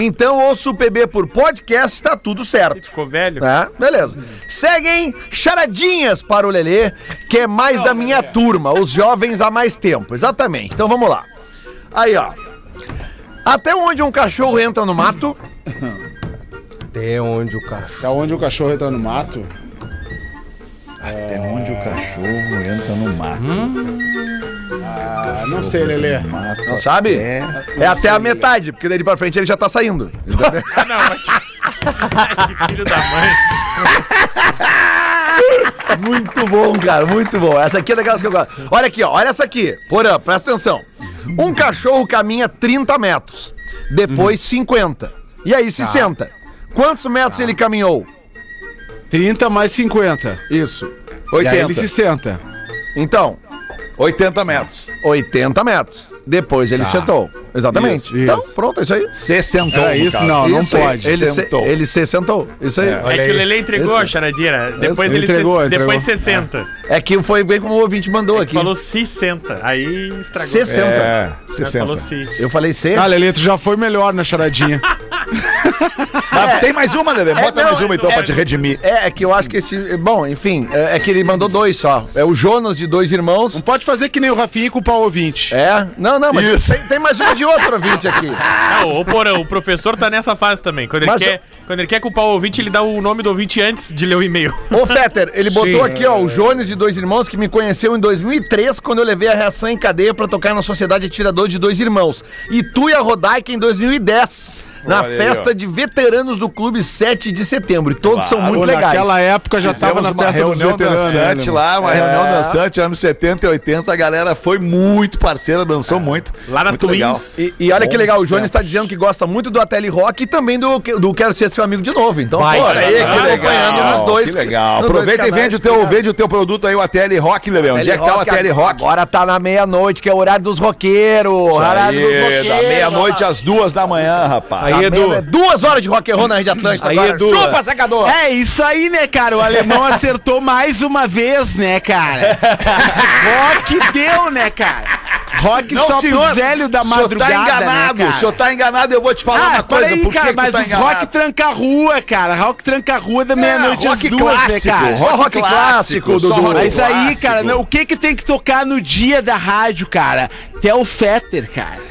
S6: Então ouço o PB por podcast, tá tudo certo.
S8: Ficou velho?
S6: Tá, beleza. Seguem charadinhas para o Lelê, que é mais da minha turma, os jovens há mais tempo. Exatamente. Então vamos lá. Aí, ó. Até onde um cachorro entra no mato,
S7: Até onde o cachorro...
S5: Tá onde o cachorro entra no mato?
S4: Até onde o cachorro entra no mato.
S5: Hum. Ah, não sei, Lelê.
S6: não sabe? É, até a metade, porque dele pra frente ele já tá saindo.
S8: Filho da mãe.
S6: Muito bom, cara, muito bom. Essa aqui é daquelas que eu gosto. Olha aqui, ó, olha essa aqui. Porã, presta atenção. Um cachorro caminha 30 metros, depois 50. E aí se senta. Quantos metros ele caminhou?
S5: 30 mais 50.
S6: Isso.
S5: E
S6: 80.
S5: aí ele se senta.
S6: Então,
S4: 80 metros.
S6: 80 metros. Depois ele sentou. Exatamente.
S5: Isso,
S6: então,
S5: isso.
S6: pronto, é isso aí.
S4: Você sentou.
S5: É isso?
S4: cara.
S5: Não, não
S6: Isso aí.
S5: pode.
S6: Ele se,
S4: Sentou.
S6: ele se sentou. Isso aí.
S8: É que o Lele entregou a
S6: Esse-
S8: charadinha. né? Depois
S5: Esse-
S8: ele
S5: entregou,
S8: se,
S5: entregou.
S8: depois 60.
S6: É que foi bem como o ouvinte mandou aqui.
S8: Falou 60. Aí estragou.
S6: 60.
S4: É,
S8: Ela
S4: 60.
S8: Falou si.
S6: Eu falei C.
S5: Ah, Lelê, tu já foi melhor na charadinha. É.
S4: Ah, tem mais uma, Lelê. Bota
S6: não,
S4: mais uma então
S8: é-
S4: pra te redimir.
S6: É, é que eu acho que esse. Bom, enfim, é, é que ele mandou dois só. É o Jonas de dois irmãos.
S5: Não pode fazer que nem o Rafinha com o pau ouvinte.
S6: É? Não, não, mas
S4: Isso.
S6: tem, tem mais um de outro ouvinte aqui.
S8: Ah, ô, porão, o professor tá nessa fase também. Quando ele,
S6: Mas
S8: quer, quando ele quer culpar o ouvinte, ele dá o nome do ouvinte antes de ler o e-mail.
S6: Ô, Fetter, ele botou aqui, ó, o Jones de Dois Irmãos, que me conheceu em 2003, quando eu levei a reação em cadeia pra tocar na Sociedade Atirador de Dois Irmãos. E tu e a Rodaica em 2010. na
S4: Olha aí,
S6: festa de veteranos do clube 7 de setembro. E todos são muito
S5: Pô,
S6: legais.
S5: Naquela época já estava
S4: Fizemos
S5: na
S4: uma
S5: festa dos
S4: reunião
S5: veteranos. né,
S4: dançante
S5: Alemão?
S4: lá, uma reunião dançante, anos 70 e 80, a galera foi muito parceira,
S5: É.
S4: dançou muito.
S8: Lá na
S4: muito legal.
S8: Twins.
S6: E, e olha que legal, o
S4: Bons
S6: Jones está
S4: tempos.
S6: dizendo que gosta muito do Ateli Rock e também do, do Quero Ser Seu Amigo de Novo. Então,
S8: Vai,
S6: pô,
S8: cara,
S6: aí,
S8: tá
S6: acompanhando nos dois.
S4: que legal.
S6: nos dois
S4: Aproveita e
S6: canais,
S4: vende o,
S6: tá
S4: teu,
S6: ligado?
S4: vende o teu produto aí, o ATL Rock, Lelê. Onde é que tá o ATL Rock?
S6: Agora tá na meia-noite, que é o horário dos roqueiros. Horário dos
S4: Aí,
S6: roqueiros.
S4: da meia-noite às duas da manhã, rapaz.
S8: Aí,
S6: Tá
S8: Edu.
S6: meia- Duas horas de rock and roll na Rede Atlântica
S8: Aí,
S6: agora.
S8: Edu.
S6: Chupa, secador!
S5: É isso aí, né, cara? O alemão acertou mais uma vez, né, cara? Rock deu, né, cara? Rock só pro Zélio da
S4: O
S5: madrugada,
S4: senhor tá enganado,
S5: né,
S4: o
S5: cara?
S4: senhor tá enganado, eu vou te falar
S5: Ah,
S4: uma coisa.
S5: peraí,
S4: por que
S5: cara,
S4: que tu
S5: mas
S4: tá
S5: os rock
S4: enganado?
S5: tranca a rua, cara. Rock tranca a rua da meia-noite às
S4: rock
S5: duas,
S4: clássico,
S5: né, cara?
S4: rock
S5: Só
S4: clássico, só
S5: Dudu.
S4: rock
S5: Mas aí,
S4: clássico.
S5: cara, não, o que que tem que tocar no dia da rádio, cara? Theo Fetter, cara.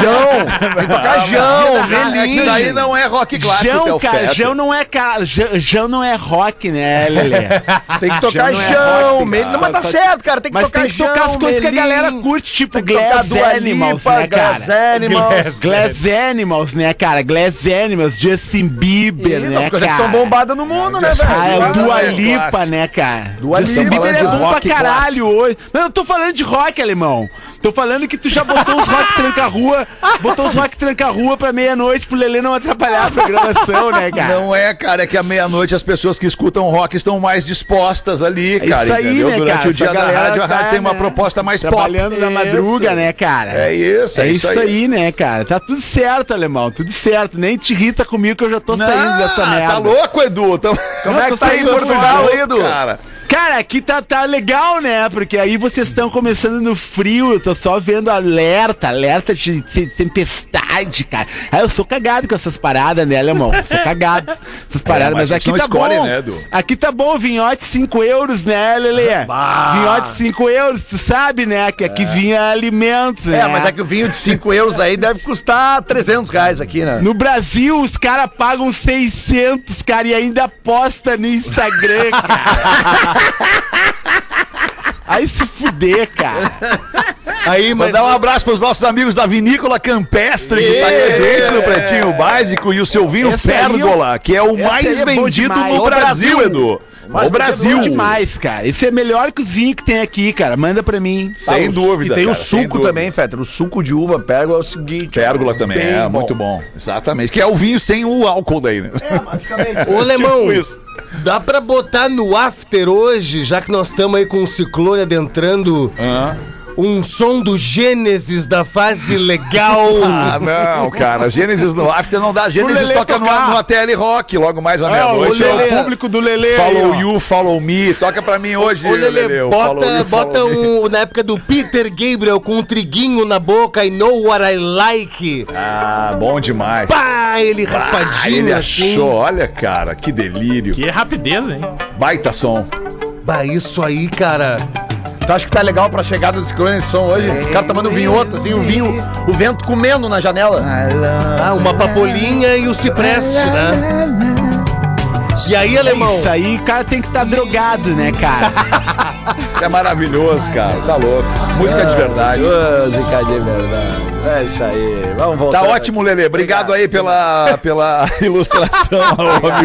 S6: Jão! Vem pra cá, Jão!
S4: É que
S6: Melinho!
S4: daí não é rock clássico,
S5: Jão,
S4: Theo
S5: cara,
S4: Fetter.
S5: Jão não é ca- Jão, Jão não é rock, né, Lelê?
S6: Tem que tocar
S5: não é
S6: Jão!
S5: rock,
S6: Melinho! Não, mas tá
S5: tá-
S6: certo, cara. Tem que
S5: Mas
S6: tocar
S5: tem que tocar
S6: Jão,
S5: as coisas que a
S6: Melinho.
S5: galera curte, tipo
S6: Tem que tocar
S5: Glass
S6: Dua
S5: Animals,
S6: Lipa,
S5: né, cara?
S6: Glass Animals.
S5: É, Glass Animals, né, cara? Glass Animals, Justin Bieber,
S6: Isso,
S5: né,
S6: as coisas
S5: cara?
S6: que são bombadas no mundo, né, velho?
S5: Ah, é o
S4: Claro,
S5: Dua
S4: é
S5: Lipa,
S4: clássico. né,
S5: né, cara?
S6: Dua
S5: Justin
S6: Lipa,
S5: Bieber é
S6: falando de
S5: bom pra
S4: rock
S5: caralho
S4: clássico.
S5: hoje. Não, eu tô falando de rock, alemão. Tô falando que tu já botou os rock tranca-rua, botou os rock tranca-rua pra meia-noite pro Lelê não atrapalhar a programação, né, cara?
S4: Não é, cara, é que à meia-noite as pessoas que escutam rock estão mais dispostas ali,
S5: É
S4: cara,
S5: isso aí,
S4: entendeu?
S5: né,
S4: Durante
S5: cara?
S4: o dia
S5: Essa
S4: da
S5: galera
S4: rádio, a
S5: tá,
S4: rádio tem uma
S5: né,
S4: proposta mais
S5: Trabalhando
S4: pop. é
S5: na madruga,
S4: Isso.
S5: né, cara?
S4: É isso,
S5: É isso aí. né, cara? Tá tudo certo, alemão. Tudo certo. Nem te irrita comigo que eu já tô saindo dessa
S4: Ah,
S5: merda.
S4: Tá louco, Edu? Tamo-
S6: Como é
S5: tô
S6: que tá aí em
S5: saindo
S6: Portugal,
S5: fora,
S6: aí, Edu?
S4: Cara,
S5: Cara, aqui tá, tá legal, né? Porque aí vocês estão começando no frio, eu tô só vendo alerta, alerta de te- tempestade, cara. Ah, eu sou cagado com essas paradas, né, alemão? Eu sou cagado. Essas paradas,
S4: É, mas
S5: mas,
S4: a gente
S5: aqui
S4: não
S5: tá
S4: escolhe,
S5: bom.
S4: né, Edu?
S5: Aqui tá bom, vinhote 5 euros, né, Lelê? Vinhote 5 euros, tu sabe, né? Que
S4: É.
S5: aqui vinha alimento, né?
S6: É, mas é que o vinho de 5 euros aí deve custar 300 reais aqui, né?
S5: No Brasil, os caras pagam 600, cara, e ainda posta no Instagram, cara. Aí se fuder, cara.
S7: Aí, mas
S4: mandar um abraço pros nossos amigos da Vinícola Campestre, que tá com a gente no Pretinho Básico, e o seu vinho
S5: Esse aí é o-
S4: Pérgola, que é o
S5: esse
S4: mais
S5: aí é bom
S4: vendido
S5: demais.
S4: no
S5: Ô,
S4: Brasil,
S5: Brasil!
S4: Edu.
S5: Mas
S4: O Brasil.
S5: é demais, cara. Esse é melhor que o zinho que tem aqui, cara. Manda pra mim.
S4: Sem dúvida.
S6: E tem o
S4: cara, sem
S6: suco
S4: dúvida.
S6: também, Fetter. O suco de uva pérgola é o seguinte.
S4: Pérgola também,
S6: bem
S4: é, muito bom. Exatamente, que é o vinho sem o álcool daí, né?
S7: Ô, alemão,
S4: isso.
S7: dá pra botar no after hoje, já que nós estamos aí com o ciclone adentrando, um som do Gênesis da fase legal.
S4: Ah, não, cara. Gênesis no After não dá. Gênesis
S5: Lelê
S4: toca no,
S5: tocar.
S4: no ATL Rock logo mais à meia-noite.
S5: Olha,
S4: Ó,
S5: o público do Lelê.
S4: Follow
S5: aí, ó.
S4: you, follow me. Toca pra mim hoje,
S7: Ô, Lelê,
S4: Lelê, o follow
S7: bota,
S4: you, follow
S7: bota
S4: me.
S7: um, na época do Peter Gabriel com um triguinho na boca e know what I like.
S4: Ah, bom demais.
S7: Pá, ele
S4: Ah,
S7: raspadinho
S4: ele
S7: assim.
S4: achou, olha, cara, que delírio.
S8: Que é rapidez, hein?
S4: Baita som.
S7: Bah, isso aí, cara.
S6: Tu acha que tá legal pra chegada dos clones de som hoje? Os caras tomando vinhoto, assim, o vinho, o vento comendo na janela.
S7: Ah, uma papolinha e o cipreste, né? E aí, alemão?
S5: Isso aí, cara tem
S6: Tá
S5: que estar drogado, né, cara?
S4: Isso é maravilhoso, cara. Tá louco. Música
S6: é
S4: de verdade.
S6: Música de verdade. É isso aí. Vamos voltar.
S4: Tá ótimo, Lelê. Obrigado, aí pela, pela ilustração,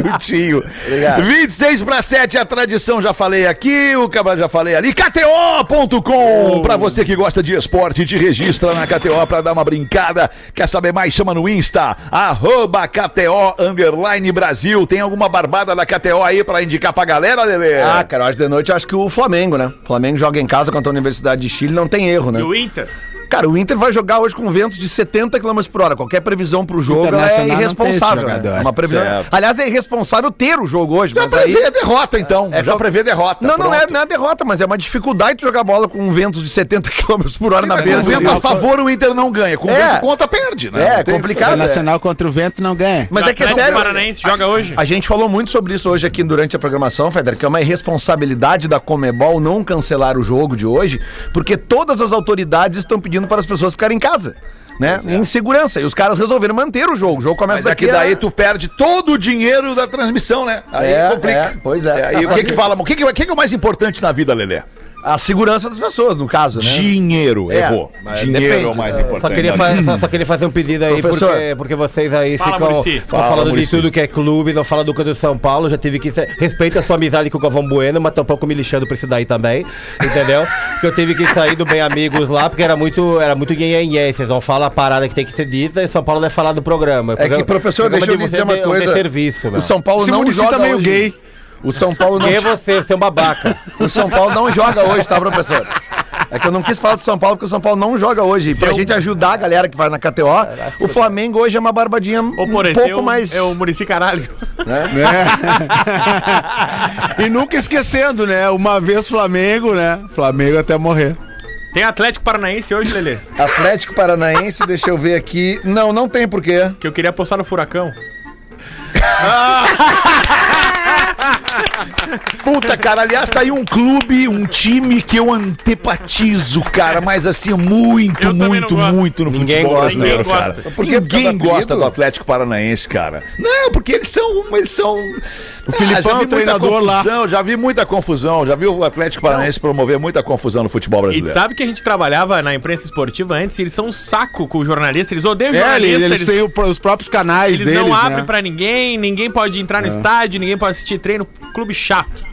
S4: Miltinho.
S6: Obrigado.
S4: 26 para 7, a tradição já falei aqui, o Cabral já falei ali. KTO.com!
S6: Oh.
S4: Pra você que gosta de esporte, te registra na KTO pra dar uma brincada. Quer saber mais? Chama no Insta, arroba KTO Underline Brasil. Tem alguma barbada da KTO aí pra indicar pra galera, Lelê?
S6: Ah, cara, hoje de noite eu acho que o Flamengo, né? O Flamengo joga em casa contra a Universidade de Chile, não tem erro, né?
S8: E o Inter?
S6: Cara, o Inter vai jogar hoje com ventos de 70 km por hora. Qualquer previsão pro jogo ela é
S5: Internacional não
S6: irresponsável.
S5: tem esse
S6: né?
S5: jogador.
S6: É uma previsão...
S4: Certo.
S6: Aliás, é irresponsável ter o jogo hoje.
S4: já
S6: mas aí-
S4: prevê a derrota, então.
S6: É
S4: já
S6: qual-
S4: prevê a derrota.
S6: Não, não é,
S4: Pronto.
S6: não é derrota, mas é uma dificuldade tu jogar bola com ventos de 70 km por hora na
S4: Mas
S6: beira
S4: Com
S6: do
S4: vento
S6: campo.
S4: a favor, o Inter não ganha. Com
S6: É.
S4: vento contra, perde, né?
S6: É,
S4: Não tem o que
S6: complicado.
S4: fazer.
S5: Nacional contra o vento não ganha.
S6: Mas
S8: O
S6: é que é
S8: Atlético
S6: sério.
S8: Paranaense joga hoje?
S6: A gente falou muito sobre isso hoje aqui durante a programação, Feder, que é uma irresponsabilidade da Comebol não cancelar o jogo de hoje, porque todas as autoridades estão pedindo para as pessoas ficarem em casa, né? Em segurança. E os caras resolveram manter o jogo. O jogo começa
S4: Mas é
S6: daqui
S4: que daí
S6: a-
S4: tu perde todo o dinheiro da transmissão, né? Aí
S6: É,
S4: complica.
S6: é, pois é.
S4: aí o que que fala? O que que, o que que é o mais importante na vida, Lelê?
S6: a segurança das pessoas, no caso, né?
S4: Dinheiro,
S6: É,
S4: errou.
S6: mas
S4: Dinheiro
S6: depende.
S4: é o mais
S6: Só
S4: importante.
S11: Só queria,
S4: né?
S11: fa- só- só queria fazer um pedido aí,
S6: Professor.
S11: porque, porque vocês aí
S8: Fala,
S11: ficam,
S8: Muricy.
S11: ficam
S4: Fala,
S11: falando
S4: Muricy.
S11: de tudo que é clube, não fala nunca do São Paulo. Já tive que. ser- Respeito a sua amizade com o Galvão Bueno, mas tampouco me lixando pra isso daí também. Entendeu? Porque eu tive que sair do Bem Amigos lá, porque era muito, era muito nhenhenhé. Vocês vão falar a parada que tem que ser dita e São Paulo não é falar do programa.
S6: É que, professor, deixa eu lhe dizer uma
S11: um
S6: coisa.
S11: serviço,
S5: né?
S6: o São Paulo
S5: Esse
S6: não
S5: Muricy
S6: joga
S5: tá meio
S6: hoje.
S5: gay.
S6: O São Paulo não
S11: Quem é você, seu babaca?
S6: O São Paulo não joga hoje, tá, professor? É que eu não quis falar do São Paulo, porque o São Paulo não joga hoje. E pra gente ajudar a galera que vai na KTO, o Flamengo hoje é uma barbadinha um
S8: Ô, por
S6: pouco mais. né?
S8: É o Murici Caralho.
S5: E nunca esquecendo, né? Uma vez Flamengo, né? Flamengo até morrer.
S8: Tem Atlético Paranaense hoje, Lelê,
S6: Atlético Paranaense, deixa eu ver aqui. Não, não tem porquê.
S8: que eu queria apostar no Furacão.
S4: Puta, cara, aliás, tá aí um clube, um time que eu antepatizo, cara, mas assim, muito,
S8: Eu também
S4: muito,
S8: não gosto.
S4: muito no
S11: Ninguém
S4: futebol
S11: gosta,
S4: brasileiro,
S8: ninguém
S4: cara.
S8: gosta.
S6: Por que? Por causa
S4: Ninguém
S6: do
S4: gosta
S6: apelido?
S4: do Atlético Paranaense, cara. Não, porque eles são, um, eles são... Ah, O
S5: Filipão é o treinador lá.
S4: confusão, Já vi muita confusão, já vi o Atlético Paranaense promover muita confusão no futebol
S8: E
S4: brasileiro.
S8: sabe que a gente trabalhava na imprensa esportiva antes, e eles são um saco com o jornalista, eles odeiam
S5: É,
S8: jornalista,
S5: eles, eles têm o- os próprios canais
S8: eles
S5: deles,
S8: não abrem
S5: né? É.
S8: pra ninguém, ninguém pode entrar no estádio, ninguém pode assistir treino, clube chato.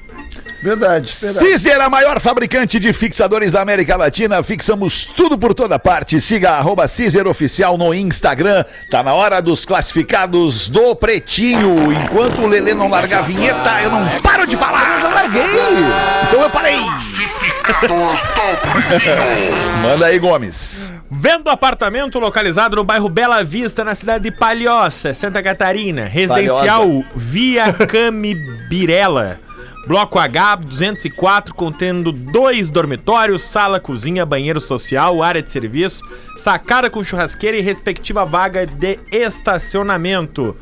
S6: Verdade.
S4: Cizer, a maior fabricante de fixadores da América Latina. Fixamos tudo por toda parte. Siga arroba Cizer Oficial no Instagram. Tá na hora dos classificados do Pretinho. Enquanto o Lelê não largar a vinheta, eu não paro de falar. Eu já larguei. Então eu parei. Manda aí, Gomes.
S8: Vendo apartamento localizado no bairro Bela Vista, na cidade de Palhoça, Santa Catarina. Residencial Via Camibirela. Bloco H 204, contendo dois dormitórios, sala, cozinha, banheiro social, área de serviço, sacada com churrasqueira e respectiva vaga de estacionamento.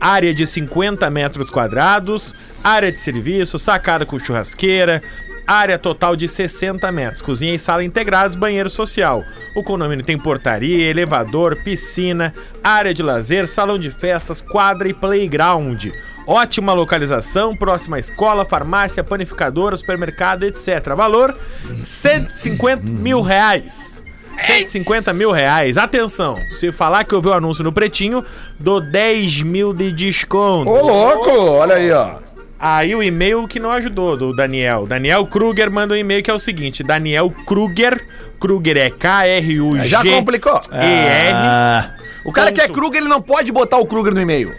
S8: Área de 50 metros quadrados, área de serviço, sacada com churrasqueira, Área total de 60 metros, cozinha e sala integrados, banheiro social. O condomínio tem portaria, elevador, piscina, área de lazer, salão de festas, quadra e playground. Ótima localização, próxima à escola, farmácia, panificadora, supermercado, etc. Valor: 150 mil reais. 150 mil reais. Atenção, se falar que eu vi o anúncio no Pretinho, dou 10 mil de desconto.
S6: Ô, louco! Olha aí, ó.
S8: Aí o e-mail que não ajudou do Daniel. Daniel Kruger manda um e-mail que é o seguinte: Daniel Kruger. Kruger é K-R-U-G.
S6: Já complicou.
S8: E-R.
S6: O cara que é
S8: ponto.
S6: Kruger, ele não pode botar o Kruger no e-mail.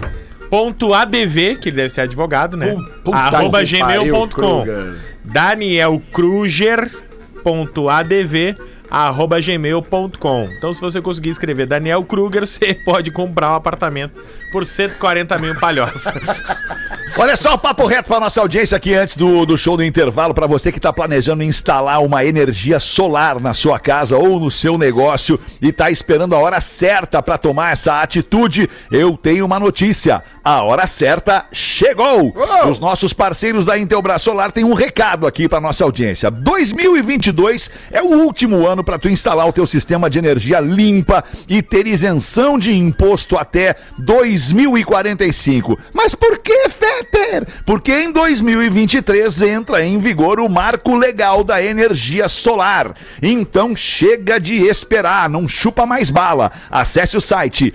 S8: Ponto ADV, que ele deve ser advogado, né?
S6: puta
S8: Arroba
S6: que pariu,
S8: gmail.com.
S6: Kruger.
S8: Daniel Kruger. Ponto ADV. Arroba gmail.com. Então, se você conseguir escrever Daniel Kruger, você pode comprar um apartamento por 140 mil palhoça.
S4: Olha só o papo reto para nossa audiência aqui antes do, do show do intervalo, para você que está planejando instalar uma energia solar na sua casa ou no seu negócio e está esperando a hora certa para tomar essa atitude, eu tenho uma notícia. A hora certa chegou! Os nossos parceiros da Intelbras Solar têm um recado aqui para nossa audiência. 2022 é o último ano para tu instalar o teu sistema de energia limpa e ter isenção de imposto até 2045. Mas por que, Fetter? Porque em 2023 entra em vigor o marco legal da energia solar. Então chega de esperar, não chupa mais bala. Acesse o site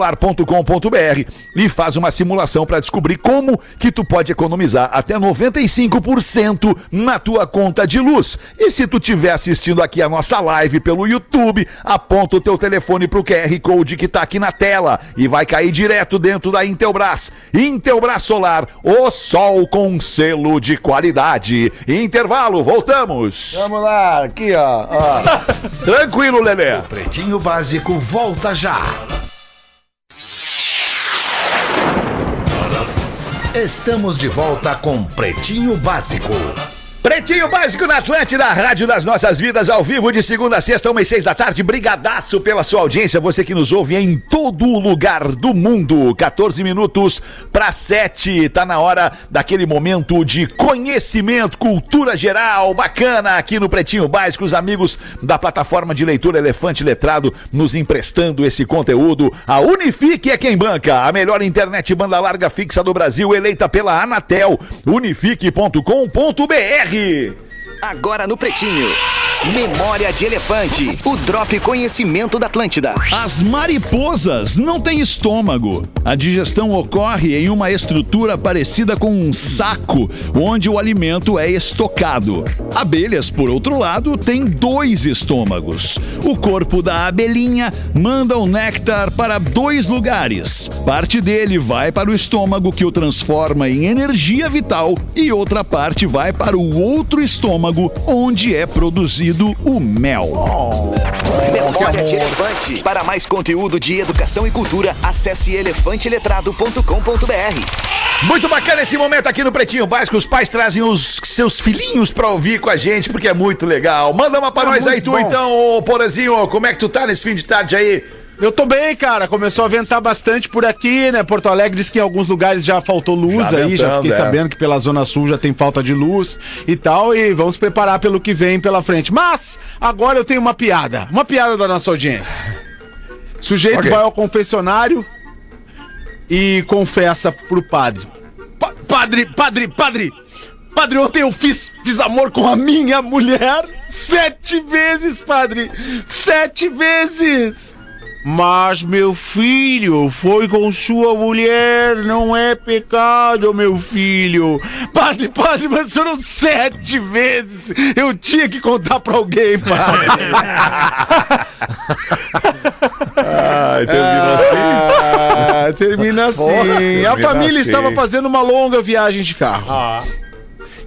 S4: intelbrasolar.com.br e faz uma simulação para descobrir como que tu pode economizar até 95% na tua conta de luz. E se tu estiver assistindo aqui a nossa live pelo YouTube, aponta o teu telefone pro QR Code que tá aqui na tela e vai cair direto dentro da Intelbras. Intelbras Solar, o sol com selo de qualidade. Intervalo, voltamos.
S6: Vamos lá, aqui, ó. ó.
S4: Tranquilo, Lelê.
S2: Pretinho Básico volta já. Estamos de volta com Pretinho Básico.
S4: Pretinho Básico na Atlântida, a Rádio das Nossas Vidas, ao vivo de segunda a sexta, uma e seis da tarde. Brigadaço pela sua audiência, você que nos ouve em todo lugar do mundo. 14 minutos para sete tá na hora daquele momento de conhecimento, cultura geral, bacana, aqui no Pretinho Básico, os amigos da plataforma de leitura Elefante Letrado nos emprestando esse conteúdo. A Unifique é quem banca, a melhor internet banda larga fixa do Brasil, eleita pela Anatel, unifique.com.br.
S12: Agora no Pretinho. Memória de Elefante. O Drop Conhecimento da Atlântida.
S2: As mariposas não têm estômago. A digestão ocorre em uma estrutura parecida com um saco, onde o alimento é estocado. Abelhas, por outro lado, têm dois estômagos. O corpo da abelhinha manda o néctar para dois lugares. Parte dele vai para o estômago, que o transforma em energia vital, e outra parte vai para o outro estômago, onde é produzido o mel.
S12: Memória de Elefante. Para mais conteúdo de educação e cultura, acesse elefanteletrado.com.br.
S4: Muito bacana esse momento aqui no Pretinho Básico. Os pais trazem os seus filhinhos pra ouvir com a gente, porque é muito legal. Manda uma pra nós aí, tu então, ô Porazinho. Como é que tu tá nesse fim de tarde aí?
S5: Eu tô bem, cara. Começou a ventar bastante por aqui, né? Porto Alegre diz que em alguns lugares já faltou luz
S4: Já
S5: aí. já
S4: ventando,
S5: fiquei
S4: é.
S5: sabendo que pela Zona Sul já tem falta de luz e tal. E vamos preparar pelo que vem pela frente. Mas agora eu tenho uma piada. Uma piada da nossa audiência. Sujeito vai ao confessionário e confessa pro padre. Pa- padre, padre, padre! Padre, ontem eu fiz, fiz amor com a minha mulher sete vezes, padre! Sete vezes! Mas, meu filho, foi com sua mulher, não é pecado, meu filho. Padre, padre, mas foram sete vezes. Eu tinha que contar pra alguém, padre.
S4: Ah, então
S5: assim.
S4: ah,
S5: Ah, termina assim. a
S4: termina
S5: família
S4: assim. Ah.
S5: estava fazendo uma longa viagem de carro.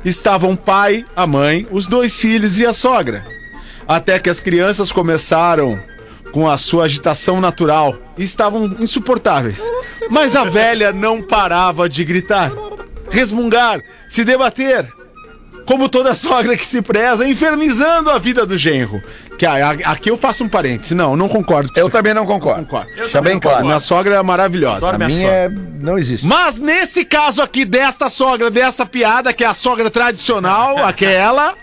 S5: Estavam o pai, a mãe, os dois filhos e a sogra. Até que as crianças começaram com a sua agitação natural e estavam insuportáveis. Mas a velha não parava de gritar, resmungar, se debater. Como toda sogra que se preza, infernizando a vida do genro. Que a- a- aqui eu faço um parênteses. Não, não concordo. com
S6: Eu
S5: isso.
S6: também não concordo.
S5: Concordo.
S6: Tá bem claro.
S5: Minha sogra é maravilhosa.
S6: A minha é- não existe.
S5: Mas nesse caso aqui desta sogra, dessa piada, que é a sogra tradicional, aquela.